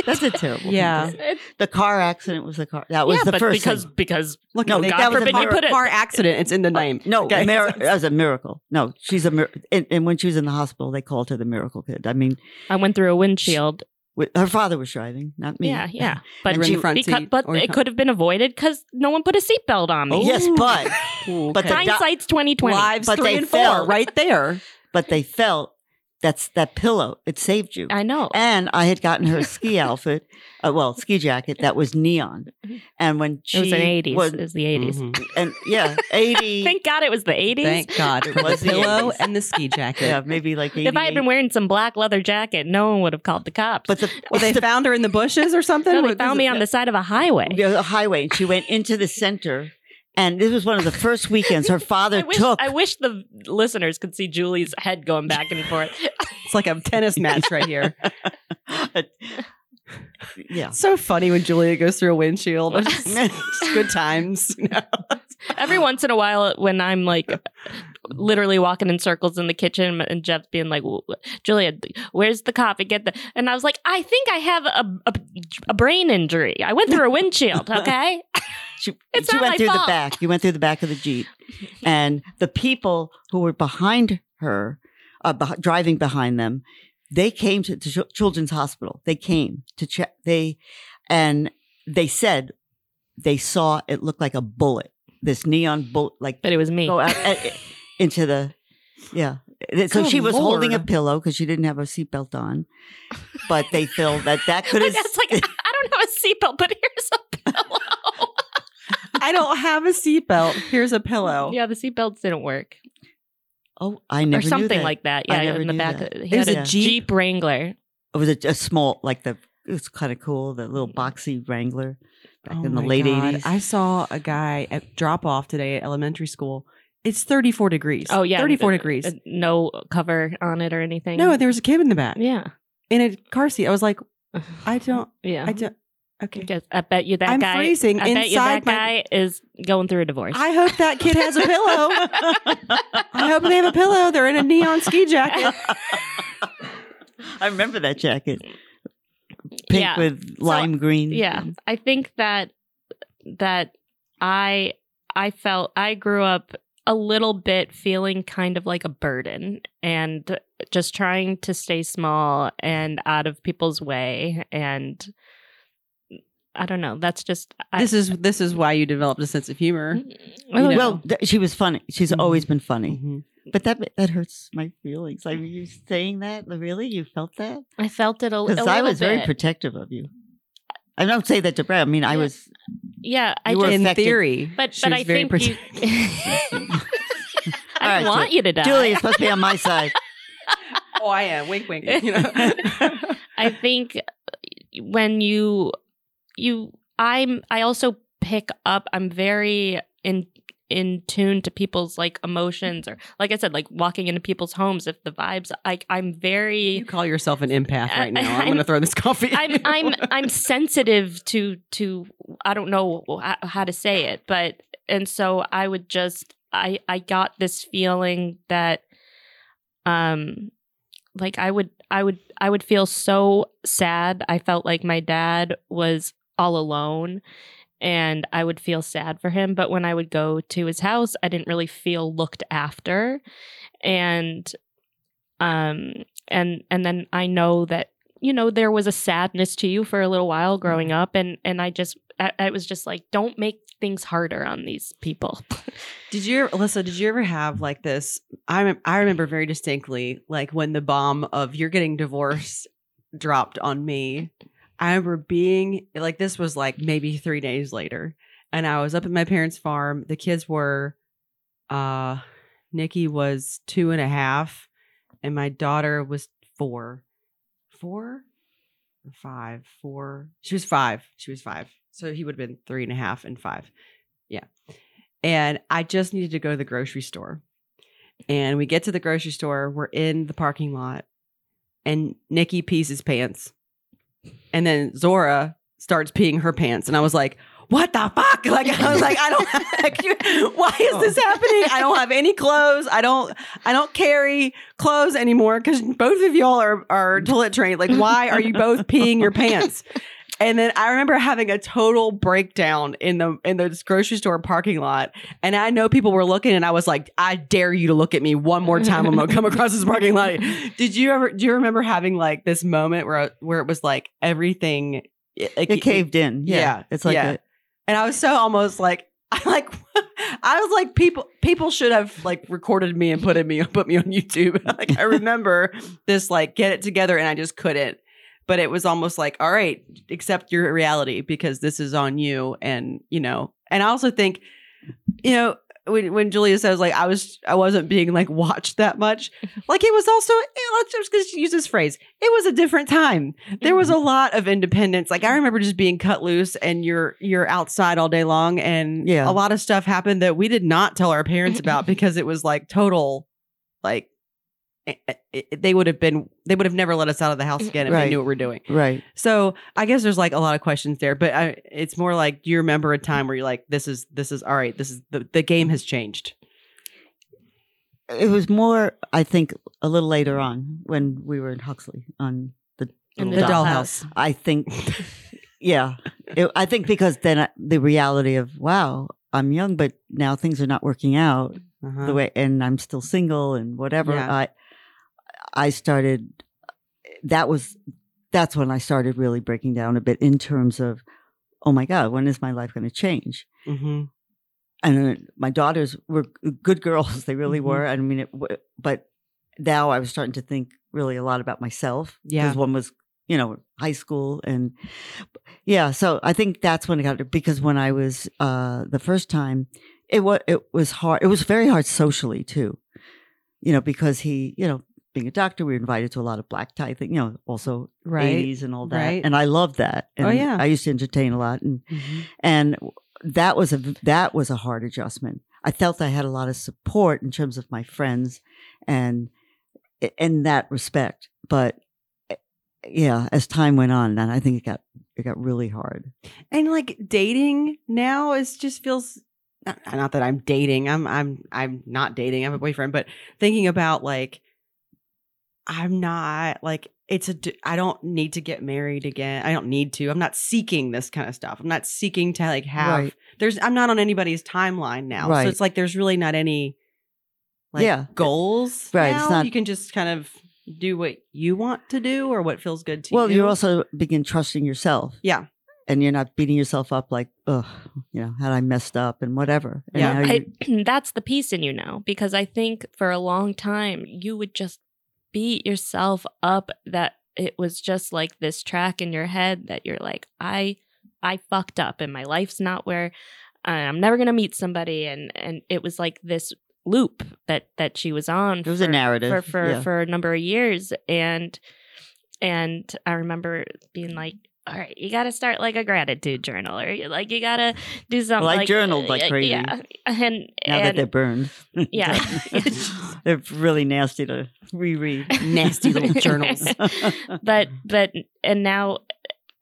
Speaker 4: That's a terrible. thing to
Speaker 3: Yeah.
Speaker 4: say. the car accident was the car. That was
Speaker 2: yeah,
Speaker 4: the
Speaker 2: but
Speaker 4: first
Speaker 2: because
Speaker 4: thing.
Speaker 2: because
Speaker 3: Look,
Speaker 4: No,
Speaker 2: God
Speaker 4: that was a
Speaker 2: forbid you
Speaker 4: mir-
Speaker 2: put it.
Speaker 3: car accident. It's in the name.
Speaker 4: No,
Speaker 3: Okay.
Speaker 4: mir- that was a miracle. No, she's a mir- and, and when she was in the hospital, they called her the miracle kid. I mean,
Speaker 2: I went through a windshield.
Speaker 4: wi- her father was driving, not me.
Speaker 2: Yeah, yeah. But
Speaker 3: were in the
Speaker 2: she-
Speaker 3: front
Speaker 2: because,
Speaker 3: seat
Speaker 2: but
Speaker 3: or
Speaker 2: it
Speaker 3: co-
Speaker 2: could have been avoided because no one put a seatbelt on me.
Speaker 4: Yes, but Oh, but the doc-
Speaker 2: hindsight's twenty twenty.
Speaker 3: Lives
Speaker 4: But
Speaker 3: three
Speaker 4: they
Speaker 3: and four,
Speaker 4: fell.
Speaker 3: right there.
Speaker 4: but they felt that's that pillow. It saved you.
Speaker 2: I know.
Speaker 4: and I had gotten her a ski outfit, uh, well, ski jacket that was neon. And when she
Speaker 2: Mm-hmm. it was in eighties.
Speaker 4: was- Mm-hmm.
Speaker 2: It was the 80s
Speaker 4: and yeah, eighty.
Speaker 2: Thank God it was the eighties.
Speaker 3: Thank God
Speaker 4: It
Speaker 3: for the
Speaker 4: was the
Speaker 3: pillow
Speaker 4: 80s.
Speaker 3: and the ski jacket.
Speaker 4: yeah, maybe like eighty.
Speaker 2: If I had been wearing some black leather jacket, no one would have called the cops.
Speaker 4: but the
Speaker 3: Well, they
Speaker 4: the,
Speaker 3: found her in the bushes or something.
Speaker 2: no, they
Speaker 3: What-
Speaker 2: found me on the side of a highway.
Speaker 4: the highway, and she went into the center. And this was one of the first weekends her father
Speaker 2: I wish,
Speaker 4: took.
Speaker 2: I wish the listeners could see Julie's head going back and forth.
Speaker 3: It's like a tennis match right here.
Speaker 4: yeah.
Speaker 3: so funny when Julia goes through a windshield. It's just good times. you know?
Speaker 2: Every once in a while, when I'm like literally walking in circles in the kitchen, and Jeff's being like, "Well, "Julia, where's the coffee? Get the," and I was like, "I think I have a a, a brain injury. I went through a windshield. Okay,
Speaker 4: She,
Speaker 2: It's
Speaker 4: she
Speaker 2: not
Speaker 4: went
Speaker 2: my
Speaker 4: through
Speaker 2: fault.
Speaker 4: the back. You went through the back of the jeep, and the people who were behind her, uh, beh- driving behind them, they came to, to Chil- Children's Hospital. They came to check. They and they said they saw it looked like a bullet, this neon bullet, like
Speaker 2: but it was me.
Speaker 4: go out uh, into the yeah. So
Speaker 3: Good
Speaker 4: she was holding a
Speaker 3: Lord.
Speaker 4: pillow because she didn't have her seatbelt on, but they feel that that could have.
Speaker 2: That's like I don't have a seatbelt, but here's a pillow.
Speaker 3: I don't have a seatbelt. Here's a pillow.
Speaker 2: yeah, the seatbelts didn't work.
Speaker 4: Oh, I never
Speaker 2: or
Speaker 4: knew
Speaker 2: something
Speaker 4: that.
Speaker 2: like that.
Speaker 4: I
Speaker 2: Yeah,
Speaker 4: never
Speaker 2: in the
Speaker 4: knew
Speaker 2: back,
Speaker 4: that.
Speaker 2: of- he
Speaker 4: It was
Speaker 2: had
Speaker 4: a
Speaker 2: a
Speaker 4: Jeep?
Speaker 2: Jeep, Wrangler.
Speaker 4: It was a, a small, like the. It was kind of cool. The
Speaker 2: Mm.
Speaker 4: little boxy Wrangler back
Speaker 3: Oh
Speaker 4: in the
Speaker 3: my
Speaker 4: late
Speaker 3: God.
Speaker 4: eighties.
Speaker 3: I saw a guy at drop off today at elementary school. It's 34 degrees.
Speaker 2: Oh yeah,
Speaker 3: 34
Speaker 2: uh,
Speaker 3: degrees.
Speaker 2: uh, No cover on it or anything.
Speaker 3: no, there was a kid in the back
Speaker 2: yeah,
Speaker 3: in a car seat. I was like, I don't,
Speaker 2: yeah.
Speaker 3: I don't, okay.
Speaker 2: Because I bet you that
Speaker 3: I'm
Speaker 2: guy.
Speaker 3: freezing
Speaker 2: I bet you
Speaker 3: inside
Speaker 2: that
Speaker 3: my-
Speaker 2: guy is going through a divorce.
Speaker 3: I hope that kid has a pillow. I hope they have a pillow. They're in a neon ski jacket.
Speaker 4: I remember that jacket, pink
Speaker 2: Yeah.
Speaker 4: with lime green.
Speaker 2: yeah, I think that that I I felt I grew up a little bit feeling kind of like a burden and just trying to stay small and out of people's way and I don't know. That's just I,
Speaker 3: this is this is why you developed a sense of humor.
Speaker 2: I don't
Speaker 4: Oh, Well,
Speaker 2: know. Mm-hmm.
Speaker 4: th- she was funny. She's
Speaker 3: Mhm.
Speaker 4: always been funny, but that that hurts my feelings. Like
Speaker 2: Mm.
Speaker 4: you saying that, really, you felt that
Speaker 2: I felt it a, a
Speaker 4: because
Speaker 2: little
Speaker 4: I was
Speaker 2: bit.
Speaker 4: very protective of you. I don't say that to brag. I mean, I
Speaker 2: Yeah.
Speaker 4: was.
Speaker 2: yeah, I
Speaker 4: You were
Speaker 2: just
Speaker 3: In
Speaker 4: affected.
Speaker 3: theory,
Speaker 2: but
Speaker 3: she
Speaker 2: but
Speaker 3: was
Speaker 2: I
Speaker 3: very
Speaker 2: think you,
Speaker 4: All
Speaker 2: I
Speaker 4: right,
Speaker 2: don't want you to die.
Speaker 4: Julie is supposed to be on my side.
Speaker 3: oh, I am. Wink, wink.
Speaker 2: you know? I think when you you I'm I also pick up I'm very in in tune to people's like emotions or like I said like walking into people's homes if the vibes like I'm
Speaker 3: you
Speaker 2: very
Speaker 3: call yourself an empath right now. I'm,
Speaker 2: I'm-
Speaker 3: going to throw this coffee. at
Speaker 2: I'm
Speaker 3: you.
Speaker 2: I'm I'm sensitive to to I don't know wh- how to say it but and so I would just I I got this feeling that um like i would i would i would feel so sad i felt like my dad was all alone and i would feel sad for him but when i would go to his house i didn't really feel looked after and um and and then i know that you know there was a sadness to you for a little while growing up and and i just i, I was just like don't make things harder on these people
Speaker 3: Did you, Alyssa? Did you ever have like this? I rem- I remember very distinctly, like when the bomb of "you're getting divorced" dropped on me. I remember being like, this was like maybe three days later, and I was up at my parents' farm. The kids were, uh, Nikki was two and a half, and my daughter was four, four, or five, four. She was five. She was five. So he would have been three and a half and five and I just needed to go to the grocery store. And we get to the grocery store, we're in the parking lot, and Nikki pees his pants. And then Zora starts peeing her pants. And I was like, what the fuck? Like I was like, I don't like, you- why is this happening? I don't have any clothes. I don't I don't carry clothes anymore because both of y'all are are toilet trained. Like, why are you both peeing your pants? And then I remember having a total breakdown in the in the grocery store parking lot. And I know people were looking, and I was like, "I dare you to look at me one more time when I come across this parking lot." Did you ever? Do you remember having like this moment where where it was like everything? eh, It,
Speaker 4: It caved in. Yeah,
Speaker 3: yeah,
Speaker 4: it's like
Speaker 3: yeah.
Speaker 4: a-
Speaker 3: and I was so almost like I like I was like people people should have like recorded me and put it me put me on YouTube. like I remember this like get it together and I just couldn't. But it was almost like all right, accept your reality because this is on you and you know. And I also think you know when when Julia says like I was I wasn't being like watched that much, like it was also eh, let's just just use this phrase. It was a different time there was a lot of independence. Like I remember just being cut loose and you're you're outside all day long and
Speaker 4: Yeah.
Speaker 3: a lot of stuff happened that we did not tell our parents about because it was like total like eh, it, it- they would have been they would have never let us out of the house again if
Speaker 4: Right.
Speaker 3: they knew what we're doing.
Speaker 4: right.
Speaker 3: So I guess there's like a lot of questions there, but I, it's more like do you remember a time where you're like this is this is all right, this is the, the game has changed.
Speaker 4: It was more, I think, a little later on when we were in Huxley on the
Speaker 2: In
Speaker 4: little
Speaker 3: the
Speaker 4: doll-
Speaker 3: dollhouse.
Speaker 4: I think, yeah, It- I think because then I, the reality of wow, I'm young, but now things are not working out
Speaker 3: Uh-huh.
Speaker 4: the way, and I'm still single and whatever.
Speaker 3: Yeah.
Speaker 4: I I started. That was that's when I started really breaking down a bit in terms of, oh my god, when is my life going to change?
Speaker 3: Mhm.
Speaker 4: and then my daughters were good girls they really
Speaker 5: Mm-hmm.
Speaker 3: Mhm.
Speaker 4: were i mean it w- but now i was starting to think really a lot about myself
Speaker 3: Yeah.
Speaker 4: one was you know high school and yeah so i think that's when i got it because when i was uh the first time it was it was hard it was very hard socially too you know, because he, you know, being a doctor, we were invited to a lot of black tie thing, you know, also
Speaker 5: Right.
Speaker 4: 80s and all that.
Speaker 5: right.
Speaker 4: And I loved that. And
Speaker 5: Oh, yeah.
Speaker 4: I used to entertain a lot and
Speaker 3: Mm-hmm.
Speaker 4: and that was a that was a hard adjustment. I felt I had a lot of support in terms of my friends and in that respect, but eh, yeah, as time went on, and I think it got it got really hard.
Speaker 3: And like dating now is just feels not not that I'm dating. I'm I'm I'm not dating. I'm a boyfriend, but thinking about like I'm not like it's a d- I don't need to get married again. I don't need to. I'm not seeking this kind of stuff. I'm not seeking to like have
Speaker 4: Right.
Speaker 3: there's I'm not on anybody's timeline now.
Speaker 4: Right.
Speaker 3: So it's like there's really not any like
Speaker 4: Yeah.
Speaker 3: goals.
Speaker 4: Right, it's
Speaker 3: now.
Speaker 4: not-
Speaker 3: you can just kind of do what you want to do or what feels good to
Speaker 4: Well,
Speaker 3: you.
Speaker 4: you also begin trusting yourself.
Speaker 3: Yeah.
Speaker 4: And you're not beating yourself up like, ugh, you know, had I messed up and whatever. And
Speaker 3: Yeah.
Speaker 4: now
Speaker 2: I,
Speaker 4: you-
Speaker 2: that's the piece in you now because I think for a long time you would just beat yourself up that it was just like this track in your head that you're like I I fucked up and my life's not where uh, I'm never going to meet somebody and and it was like this loop that that she was on
Speaker 4: It was a narrative,
Speaker 2: for for,
Speaker 4: yeah.
Speaker 2: for a number of years and and I remember being like all right, you got to start like a gratitude journal, or you- like you got to do something.
Speaker 4: I
Speaker 2: like,
Speaker 4: journaled like
Speaker 2: yeah,
Speaker 4: crazy.
Speaker 2: Yeah, and
Speaker 4: now that
Speaker 2: and
Speaker 4: they're burned.
Speaker 2: Yeah.
Speaker 4: they're really nasty to reread.
Speaker 3: nasty little journals.
Speaker 4: Mm-hmm.
Speaker 2: but but and now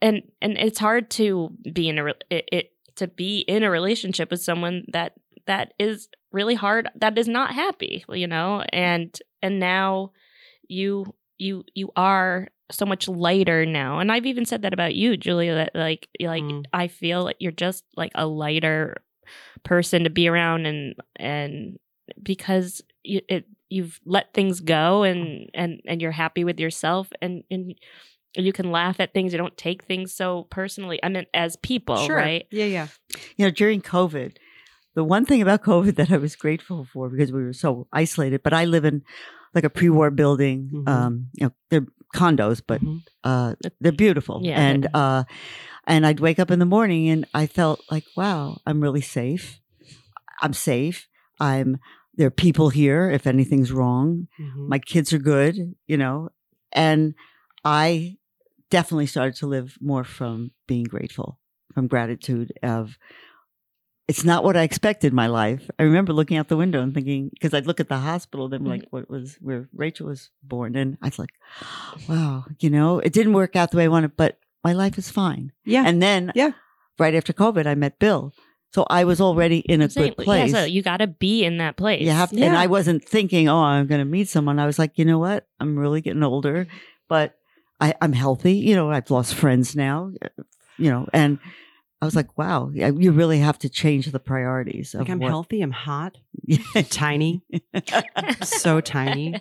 Speaker 2: and and it's hard to be in a re- it, it to be in a relationship with someone that that is really hard that is not happy you know and and now you you you are so much lighter now and i've even said that about you julia that like you- like
Speaker 3: Mm.
Speaker 2: i feel like you're just like a lighter person to be around and and because you it you've let things go and and and you're happy with yourself and and you can laugh at things you don't take things so personally i mean as people right
Speaker 3: Yeah, yeah.
Speaker 4: you know, during COVID, the one thing about COVID that I was grateful for because we were so isolated, but I live in like a pre-war building.
Speaker 3: Mhm.
Speaker 4: Um, you know, they're condos, but
Speaker 3: Mhm.
Speaker 4: uh, they're beautiful.
Speaker 2: Yeah.
Speaker 4: And uh, and I'd wake up in the morning and I felt like, wow, I'm really safe. I'm safe. I'm there are people here if anything's wrong
Speaker 3: Mhm.
Speaker 4: my kids are good, you know, and I definitely started to live more from being grateful, from gratitude of it's not what I expected in my life. I remember looking out the window and thinking because I'd look at the hospital,
Speaker 2: Mm-hmm.
Speaker 4: then like what was where Rachel was born, and I was like, wow, you know, it didn't work out the way I wanted, but my life is fine.
Speaker 3: Yeah.
Speaker 4: And then
Speaker 3: Yeah.
Speaker 4: right after COVID, I met Bill, so I was already in a
Speaker 2: Same-
Speaker 4: good place.
Speaker 2: yeah, so you got to be in that place
Speaker 4: You have to, and
Speaker 3: Yeah.
Speaker 4: I wasn't thinking, oh, I'm going to meet someone. I was like, you know what? I'm really getting older, but I, I'm healthy. You know, I've lost friends now, you know, and I was like, wow, yeah, you really have to change the priorities of
Speaker 3: Like I'm
Speaker 4: what.
Speaker 3: healthy, I'm hot, tiny, so tiny.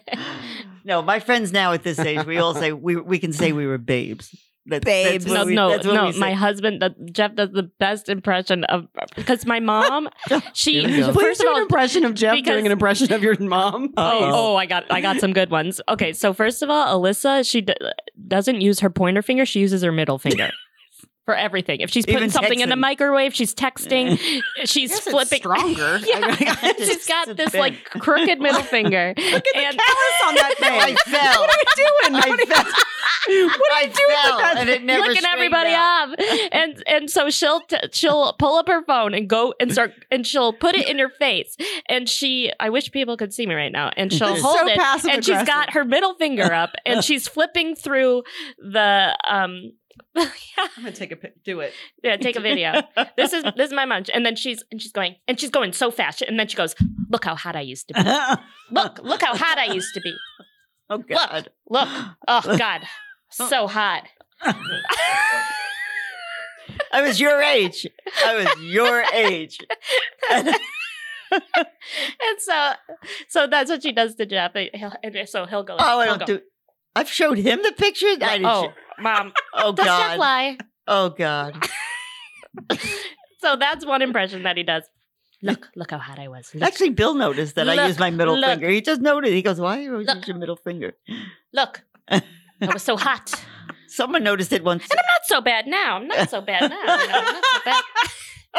Speaker 4: no, my friends now at this age, we all say we we can say we were babes. That,
Speaker 5: Babes.
Speaker 4: That's what
Speaker 2: no,
Speaker 4: we,
Speaker 2: no,
Speaker 4: that's what
Speaker 2: no.
Speaker 4: we say.
Speaker 2: My husband, the, Jeff, does the best impression of because my mom, she
Speaker 4: Here we go.
Speaker 2: first of all,
Speaker 3: impression of Jeff
Speaker 2: because-
Speaker 3: doing an impression of your mom.
Speaker 2: Oh, oh, I got I got some good ones. Okay, so first of all, Alyssa, she d- doesn't use her pointer finger; she uses her middle finger for everything. If she's putting
Speaker 4: Even
Speaker 2: something in the
Speaker 4: texting.
Speaker 2: microwave, she's texting, she's
Speaker 4: Yours is
Speaker 2: flipping.
Speaker 4: stronger.
Speaker 2: yeah,
Speaker 4: It's
Speaker 2: she's got
Speaker 4: just
Speaker 2: this
Speaker 4: bent.
Speaker 2: like crooked middle finger. and
Speaker 3: on that thing.
Speaker 4: I fell. What
Speaker 3: doing?
Speaker 4: I fell. What are you doing?
Speaker 3: that?
Speaker 4: And it never
Speaker 2: looking
Speaker 4: straightened
Speaker 2: everybody
Speaker 4: out.
Speaker 2: up, and and so she'll t- she'll pull up her phone and go and start and she'll put it in your face, and she I wish people could see me right now, and she'll
Speaker 3: It's
Speaker 2: hold
Speaker 3: so
Speaker 2: it,
Speaker 3: passive
Speaker 2: and she's
Speaker 3: aggressive.
Speaker 2: got her middle finger up, and she's flipping through the um.
Speaker 3: I'm gonna take a pic. Do it.
Speaker 2: yeah, take a video. This is this is my munch, and then she's and she's going and she's going so fast, and then she goes, "Look how hot I used to be! Look, look how hot I used to be!
Speaker 4: Oh God.
Speaker 2: Look, oh God, so hot!"
Speaker 4: I was your age. I was your age.
Speaker 2: and so so that's what she does to Jeff. And he'll- and so he'll go. Like,
Speaker 4: Oh, I
Speaker 2: he'll
Speaker 4: don't
Speaker 2: go,
Speaker 4: do. I've showed him the pictures. I didn't
Speaker 2: oh,
Speaker 4: show-
Speaker 2: mom,
Speaker 4: oh
Speaker 2: does Jeff
Speaker 4: God.
Speaker 2: lie?
Speaker 4: Oh God.
Speaker 2: So that's one impression that he does. Look, look how hot I was. Look,
Speaker 4: Actually, Bill noticed that I
Speaker 2: Look,
Speaker 4: use my middle
Speaker 2: look.
Speaker 4: finger. He just noticed. He goes, "Why do you always
Speaker 2: Look.
Speaker 4: use your middle finger?"
Speaker 2: look, I was so hot. I'm
Speaker 4: Someone noticed it once.
Speaker 2: not so bad now. I'm not so bad now. You know, I'm not so bad.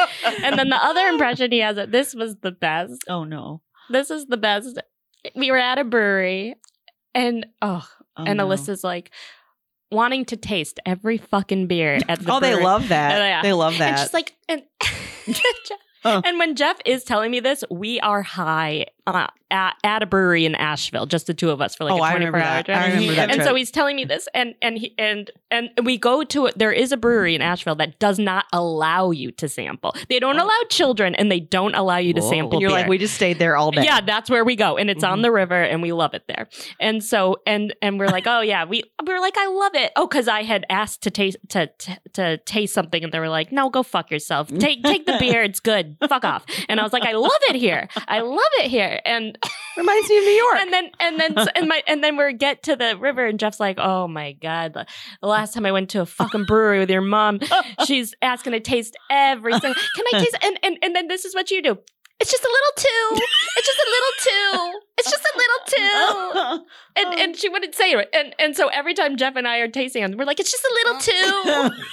Speaker 2: And then the other impression he has. This was the best.
Speaker 4: oh no.
Speaker 2: This is the best. we were at a brewery and oh,
Speaker 4: Oh,
Speaker 2: and
Speaker 4: no.
Speaker 2: Alyssa's like wanting to taste every fucking beer at the
Speaker 3: oh, they
Speaker 2: brewery.
Speaker 3: love that.
Speaker 2: Oh, yeah.
Speaker 3: They love
Speaker 2: And
Speaker 3: that.
Speaker 2: she's like, and,
Speaker 4: Oh.
Speaker 2: and when Jeff is telling me this, we are high uh, at, at a brewery in Asheville, just the two of us for like
Speaker 3: oh,
Speaker 2: a
Speaker 3: I
Speaker 2: 24
Speaker 3: remember
Speaker 2: hour
Speaker 3: that.
Speaker 2: drive.
Speaker 3: I remember that.
Speaker 2: and
Speaker 3: trip.
Speaker 2: so he's telling me this, and and he and and we go to there is a brewery in Asheville that does not allow you to sample. They don't allow children, and they don't allow you to
Speaker 4: Whoa.
Speaker 2: sample.
Speaker 3: Oh. you're
Speaker 2: beer.
Speaker 3: like, we Mm-hmm. just stayed there all day.
Speaker 2: Yeah, that's where we go, and it's on the river, and we love it there. And so, and and we're like, oh yeah, we we were like, I love it. Oh, because I had asked to taste to, to to taste something, and they were like, no, go fuck yourself. Take take the beer, it's good. Fuck off. And I was like, I love it here. I love it here. And
Speaker 3: reminds me of New York.
Speaker 2: and then and then and my and then we get to the river, and Jeff's like, oh my god, the the last time I went to a fucking brewery with your mom, she's asking to taste every single. Can I taste? And and and then this is what you do. It's just a little too. It's just a little too. It's just a little too. And and she wouldn't say it. And and so every time Jeff and I are tasting them, we're like, it's just a little too.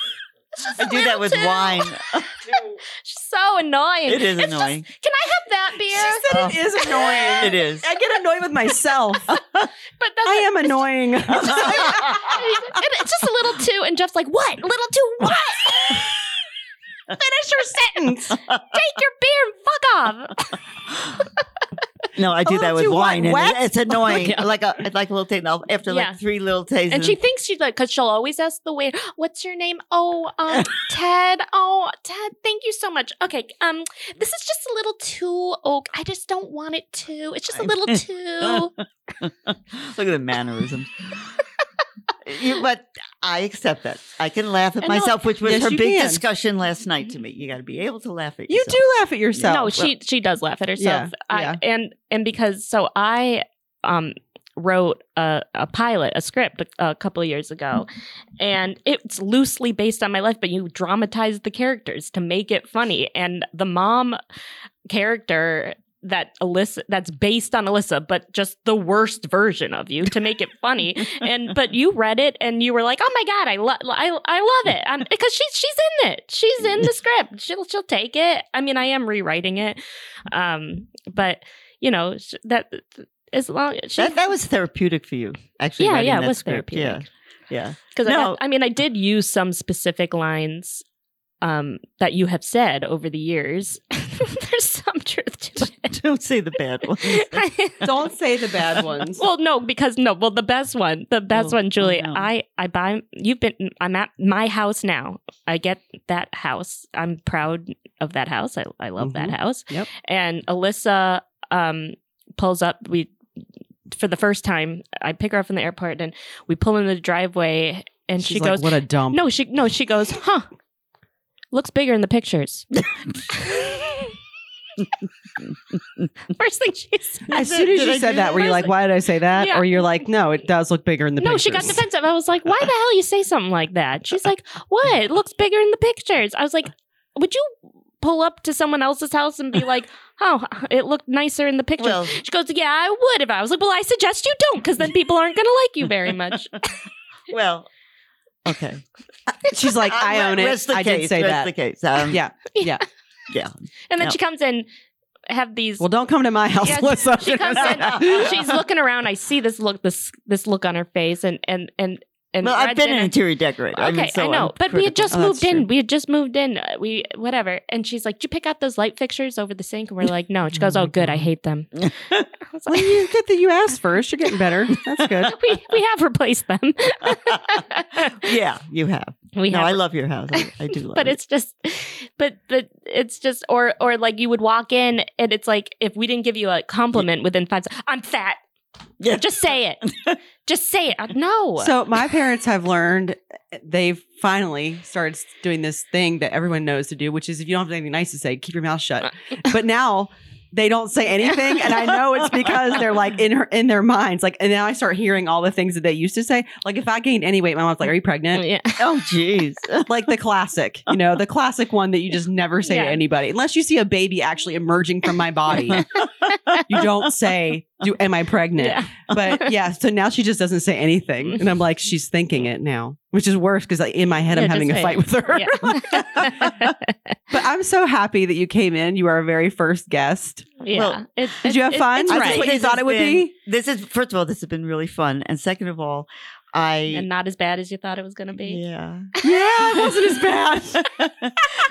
Speaker 2: It's just
Speaker 4: I
Speaker 2: a
Speaker 4: do
Speaker 2: little
Speaker 4: that with
Speaker 2: too."
Speaker 4: wine.
Speaker 2: She's so annoying.
Speaker 4: It is
Speaker 2: It's just,
Speaker 4: annoying.
Speaker 2: Can I have that beer?
Speaker 3: said it is annoying.
Speaker 4: It is.
Speaker 3: I get annoyed with myself.
Speaker 2: But that's
Speaker 3: I
Speaker 2: it.
Speaker 3: am annoying.
Speaker 2: And he's like, "And it's just a little too. And Jeff's like, what? Little too what? Finish your sentence. Take your beer and fuck off.
Speaker 4: No, I do
Speaker 3: little
Speaker 4: that with
Speaker 3: too what?
Speaker 4: wine, and
Speaker 3: What?
Speaker 4: it- it's annoying. Like a it's like a little taste. I'll- After
Speaker 2: Yeah.
Speaker 4: like three little tastes,
Speaker 2: And she thinks she's like, because she'll always ask the waiter, what's your name? Oh, um, Ted. Oh, Ted, thank you so much. Okay, um, this is just a little too oak. I just don't want it to. It's just a little too.
Speaker 4: Look at the mannerisms. You- but I accept that. I can laugh at
Speaker 2: And no-
Speaker 4: myself, which was
Speaker 3: Yes,
Speaker 4: her
Speaker 3: you
Speaker 4: big
Speaker 3: can.
Speaker 4: discussion last night to me. You got to be able to laugh at
Speaker 3: you
Speaker 4: yourself.
Speaker 3: do laugh at yourself.
Speaker 2: No, she she does laugh at herself.
Speaker 3: Yeah,
Speaker 2: I,
Speaker 3: yeah.
Speaker 2: And and because so I um wrote a, a pilot, a script a, a couple of years ago, and it's loosely based on my life, but you dramatized the characters to make it funny. And the mom character that Alyssa that's based on Alyssa, but just the worst version of you to make it funny. and but you read it and you were like, oh my god, I love I, I love it um, because she's she's in it. She's in the script. She'll she'll take it. I mean, I am rewriting it, um, but you know sh- that as long she.
Speaker 4: That, that was therapeutic for you, actually.
Speaker 2: Yeah,
Speaker 4: writing
Speaker 2: yeah, it
Speaker 4: that
Speaker 2: was
Speaker 4: script.
Speaker 2: therapeutic.
Speaker 4: Yeah, yeah.
Speaker 2: Because I,
Speaker 4: No.
Speaker 2: got- I mean, I did use some specific lines um, that you have said over the years. There's some truth to it.
Speaker 4: Don't say the bad ones.
Speaker 3: don't say the bad ones.
Speaker 2: well, no, because no, well, the best one, the best
Speaker 4: Oh,
Speaker 2: one, Julie.
Speaker 4: oh, no.
Speaker 2: I, I buy. You've been. I'm at my house now. I get that house. I'm proud of that house. I, I love that
Speaker 3: Mhm.
Speaker 2: house.
Speaker 3: Yep.
Speaker 2: And Alyssa um, pulls up. We for the first time. I pick her up from the airport, and we pull in the driveway, and
Speaker 3: She's
Speaker 2: she
Speaker 3: like,
Speaker 2: goes,
Speaker 3: "What a dump."
Speaker 2: no, she no, she goes, huh? Looks bigger in the pictures. First thing she said.
Speaker 3: As soon as
Speaker 4: Did I
Speaker 3: you
Speaker 4: do
Speaker 3: said that, were you
Speaker 2: that?
Speaker 3: like, "Why did I say that?"
Speaker 2: Yeah.
Speaker 3: Or you're like, "No, it does look bigger in the
Speaker 2: no,
Speaker 3: pictures."
Speaker 2: she got defensive. I was like, why the hell you say something like that? She's like, what? It looks bigger in the pictures. I was like, would you pull up to someone else's house and be like, oh, it looked nicer in the picture?
Speaker 4: Well,
Speaker 2: she goes, yeah, I would if I was like, well, I suggest you don't because then people aren't going to like you very much.
Speaker 4: well, okay.
Speaker 3: She's like, "I
Speaker 4: Uh,
Speaker 3: own it.
Speaker 4: rest the
Speaker 3: I
Speaker 4: case,
Speaker 3: did say
Speaker 4: rest
Speaker 3: that."
Speaker 4: The case. Um,
Speaker 3: Yeah. Yeah.
Speaker 4: yeah.
Speaker 2: And then
Speaker 4: No.
Speaker 2: she comes in, have these
Speaker 3: Well, don't come to my house,
Speaker 2: Yeah,
Speaker 3: Alyssa.
Speaker 2: she comes in. She's looking around. I see this look, this this look on her face, and and and and.
Speaker 4: Well, I've
Speaker 2: Reg
Speaker 4: been
Speaker 2: and
Speaker 4: an
Speaker 2: I-
Speaker 4: interior decorator.
Speaker 2: Okay, I,
Speaker 4: I, mean, so
Speaker 2: know,
Speaker 4: I'm
Speaker 2: but we had
Speaker 4: critical.
Speaker 2: just
Speaker 3: Oh, that's
Speaker 2: moved in.
Speaker 3: true.
Speaker 2: We had just moved in. Uh, We whatever, and she's like, "Did you pick out those light fixtures over the sink?" And we're like, "No." She goes, "Oh, good. I hate them." I was
Speaker 3: well,
Speaker 2: like,
Speaker 3: you get that you asked first. You're getting better. That's good.
Speaker 2: we we have replaced them.
Speaker 4: yeah, you have.
Speaker 2: we
Speaker 4: no,
Speaker 2: have
Speaker 4: I love your house. I, I do love
Speaker 2: but
Speaker 4: it.
Speaker 2: it's just but but it's just or or like you would walk in and it's like if we didn't give you a compliment within five seconds i'm fat
Speaker 4: Yeah.
Speaker 2: just say it just say it Uh, no
Speaker 3: So my parents have learned they've finally started doing this thing that everyone knows to do, which is if you don't have anything nice to say, keep your mouth shut. But now they don't say anything, and I know it's because they're like in her in their minds. Like, and now I start hearing all the things that they used to say. Like, if I gained any weight, my mom's like, "Are you pregnant?"
Speaker 2: yeah.
Speaker 4: oh, jeez.
Speaker 3: Like the classic, you know, the classic one that you just never say
Speaker 2: Yeah.
Speaker 3: to anybody, unless you see a baby actually emerging from my body. you don't say, "Do am I pregnant?"
Speaker 2: Yeah.
Speaker 3: But yeah, so now she just doesn't say anything, and I'm like, she's thinking it now. which is worse because in my head
Speaker 2: Yeah,
Speaker 3: I'm having a
Speaker 2: just
Speaker 3: fight with her.
Speaker 2: Yeah.
Speaker 3: But I'm so happy that you came in. You are our very first guest.
Speaker 2: Yeah.
Speaker 4: Well,
Speaker 2: It-
Speaker 3: Did you
Speaker 2: it-
Speaker 3: have
Speaker 2: it-
Speaker 3: fun?
Speaker 2: it's
Speaker 3: Is this
Speaker 2: right.
Speaker 3: what you
Speaker 4: This
Speaker 3: thought
Speaker 4: has
Speaker 3: it would
Speaker 4: been-
Speaker 3: be?
Speaker 4: This is first of all, this has been really fun, and second of all,
Speaker 2: and
Speaker 4: I
Speaker 2: not as bad as you thought it was going to be.
Speaker 4: yeah,
Speaker 3: Yeah, it wasn't as bad.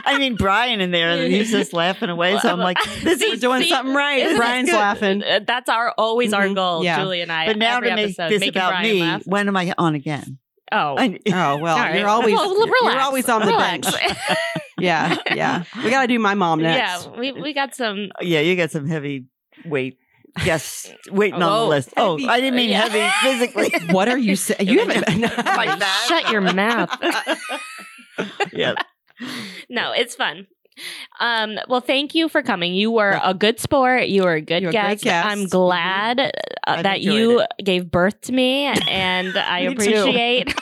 Speaker 4: I mean Brian in there, and he's just laughing away. So I'm like, this
Speaker 2: See,
Speaker 3: We're
Speaker 4: is.
Speaker 3: doing
Speaker 2: see,
Speaker 3: something right.
Speaker 2: isn't it
Speaker 3: Brian's
Speaker 2: good?
Speaker 3: laughing.
Speaker 2: Uh, That's our always our
Speaker 3: Mhm.
Speaker 2: goal,
Speaker 3: Yeah.
Speaker 2: Julie and I.
Speaker 4: But now
Speaker 2: every
Speaker 4: to make
Speaker 2: episode,
Speaker 4: this
Speaker 2: making
Speaker 4: about
Speaker 2: Brian
Speaker 4: me,
Speaker 2: laugh.
Speaker 4: when am I on again?
Speaker 2: Oh,
Speaker 4: I,
Speaker 3: Oh well,
Speaker 2: All right.
Speaker 3: you're always
Speaker 2: Well, relax,
Speaker 3: you're always on the
Speaker 2: relax.
Speaker 3: bench. Yeah, yeah. We got to do my mom next.
Speaker 2: yeah, we we got some.
Speaker 4: yeah, you got some heavy weight. Yes, waiting on the
Speaker 2: Oh,
Speaker 4: list. Oh,
Speaker 3: heavy-
Speaker 4: I didn't mean
Speaker 2: yeah.
Speaker 4: heavy physically.
Speaker 3: What are you saying? You haven't.
Speaker 4: Like that.
Speaker 2: Shut your mouth.
Speaker 4: yeah.
Speaker 2: no, it's fun. Um, well, thank you for coming. You were a good sport. You were a good
Speaker 3: You're a great
Speaker 2: guest.
Speaker 3: guest. Mm-hmm.
Speaker 2: I'm glad uh,
Speaker 4: I've
Speaker 2: that
Speaker 4: enjoyed
Speaker 2: you gave birth to me, and I
Speaker 4: Me too.
Speaker 2: appreciate.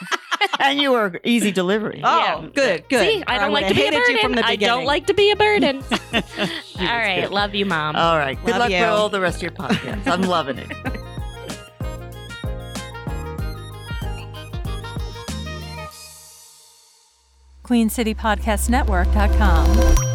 Speaker 4: And you were easy delivery.
Speaker 3: Oh,
Speaker 2: Yeah.
Speaker 3: good, good.
Speaker 2: See, I
Speaker 3: Or
Speaker 2: don't like to
Speaker 3: would've
Speaker 2: be a
Speaker 3: hated
Speaker 2: burden.
Speaker 3: you from the
Speaker 2: I don't
Speaker 3: beginning.
Speaker 2: like to be a burden. All
Speaker 4: was
Speaker 2: right,
Speaker 4: good.
Speaker 2: love you, mom.
Speaker 4: All right. Good
Speaker 3: Um, Love
Speaker 4: luck
Speaker 3: you.
Speaker 4: for all the rest of your podcasts. I'm loving it.
Speaker 1: QueenCityPodcastNetwork.com.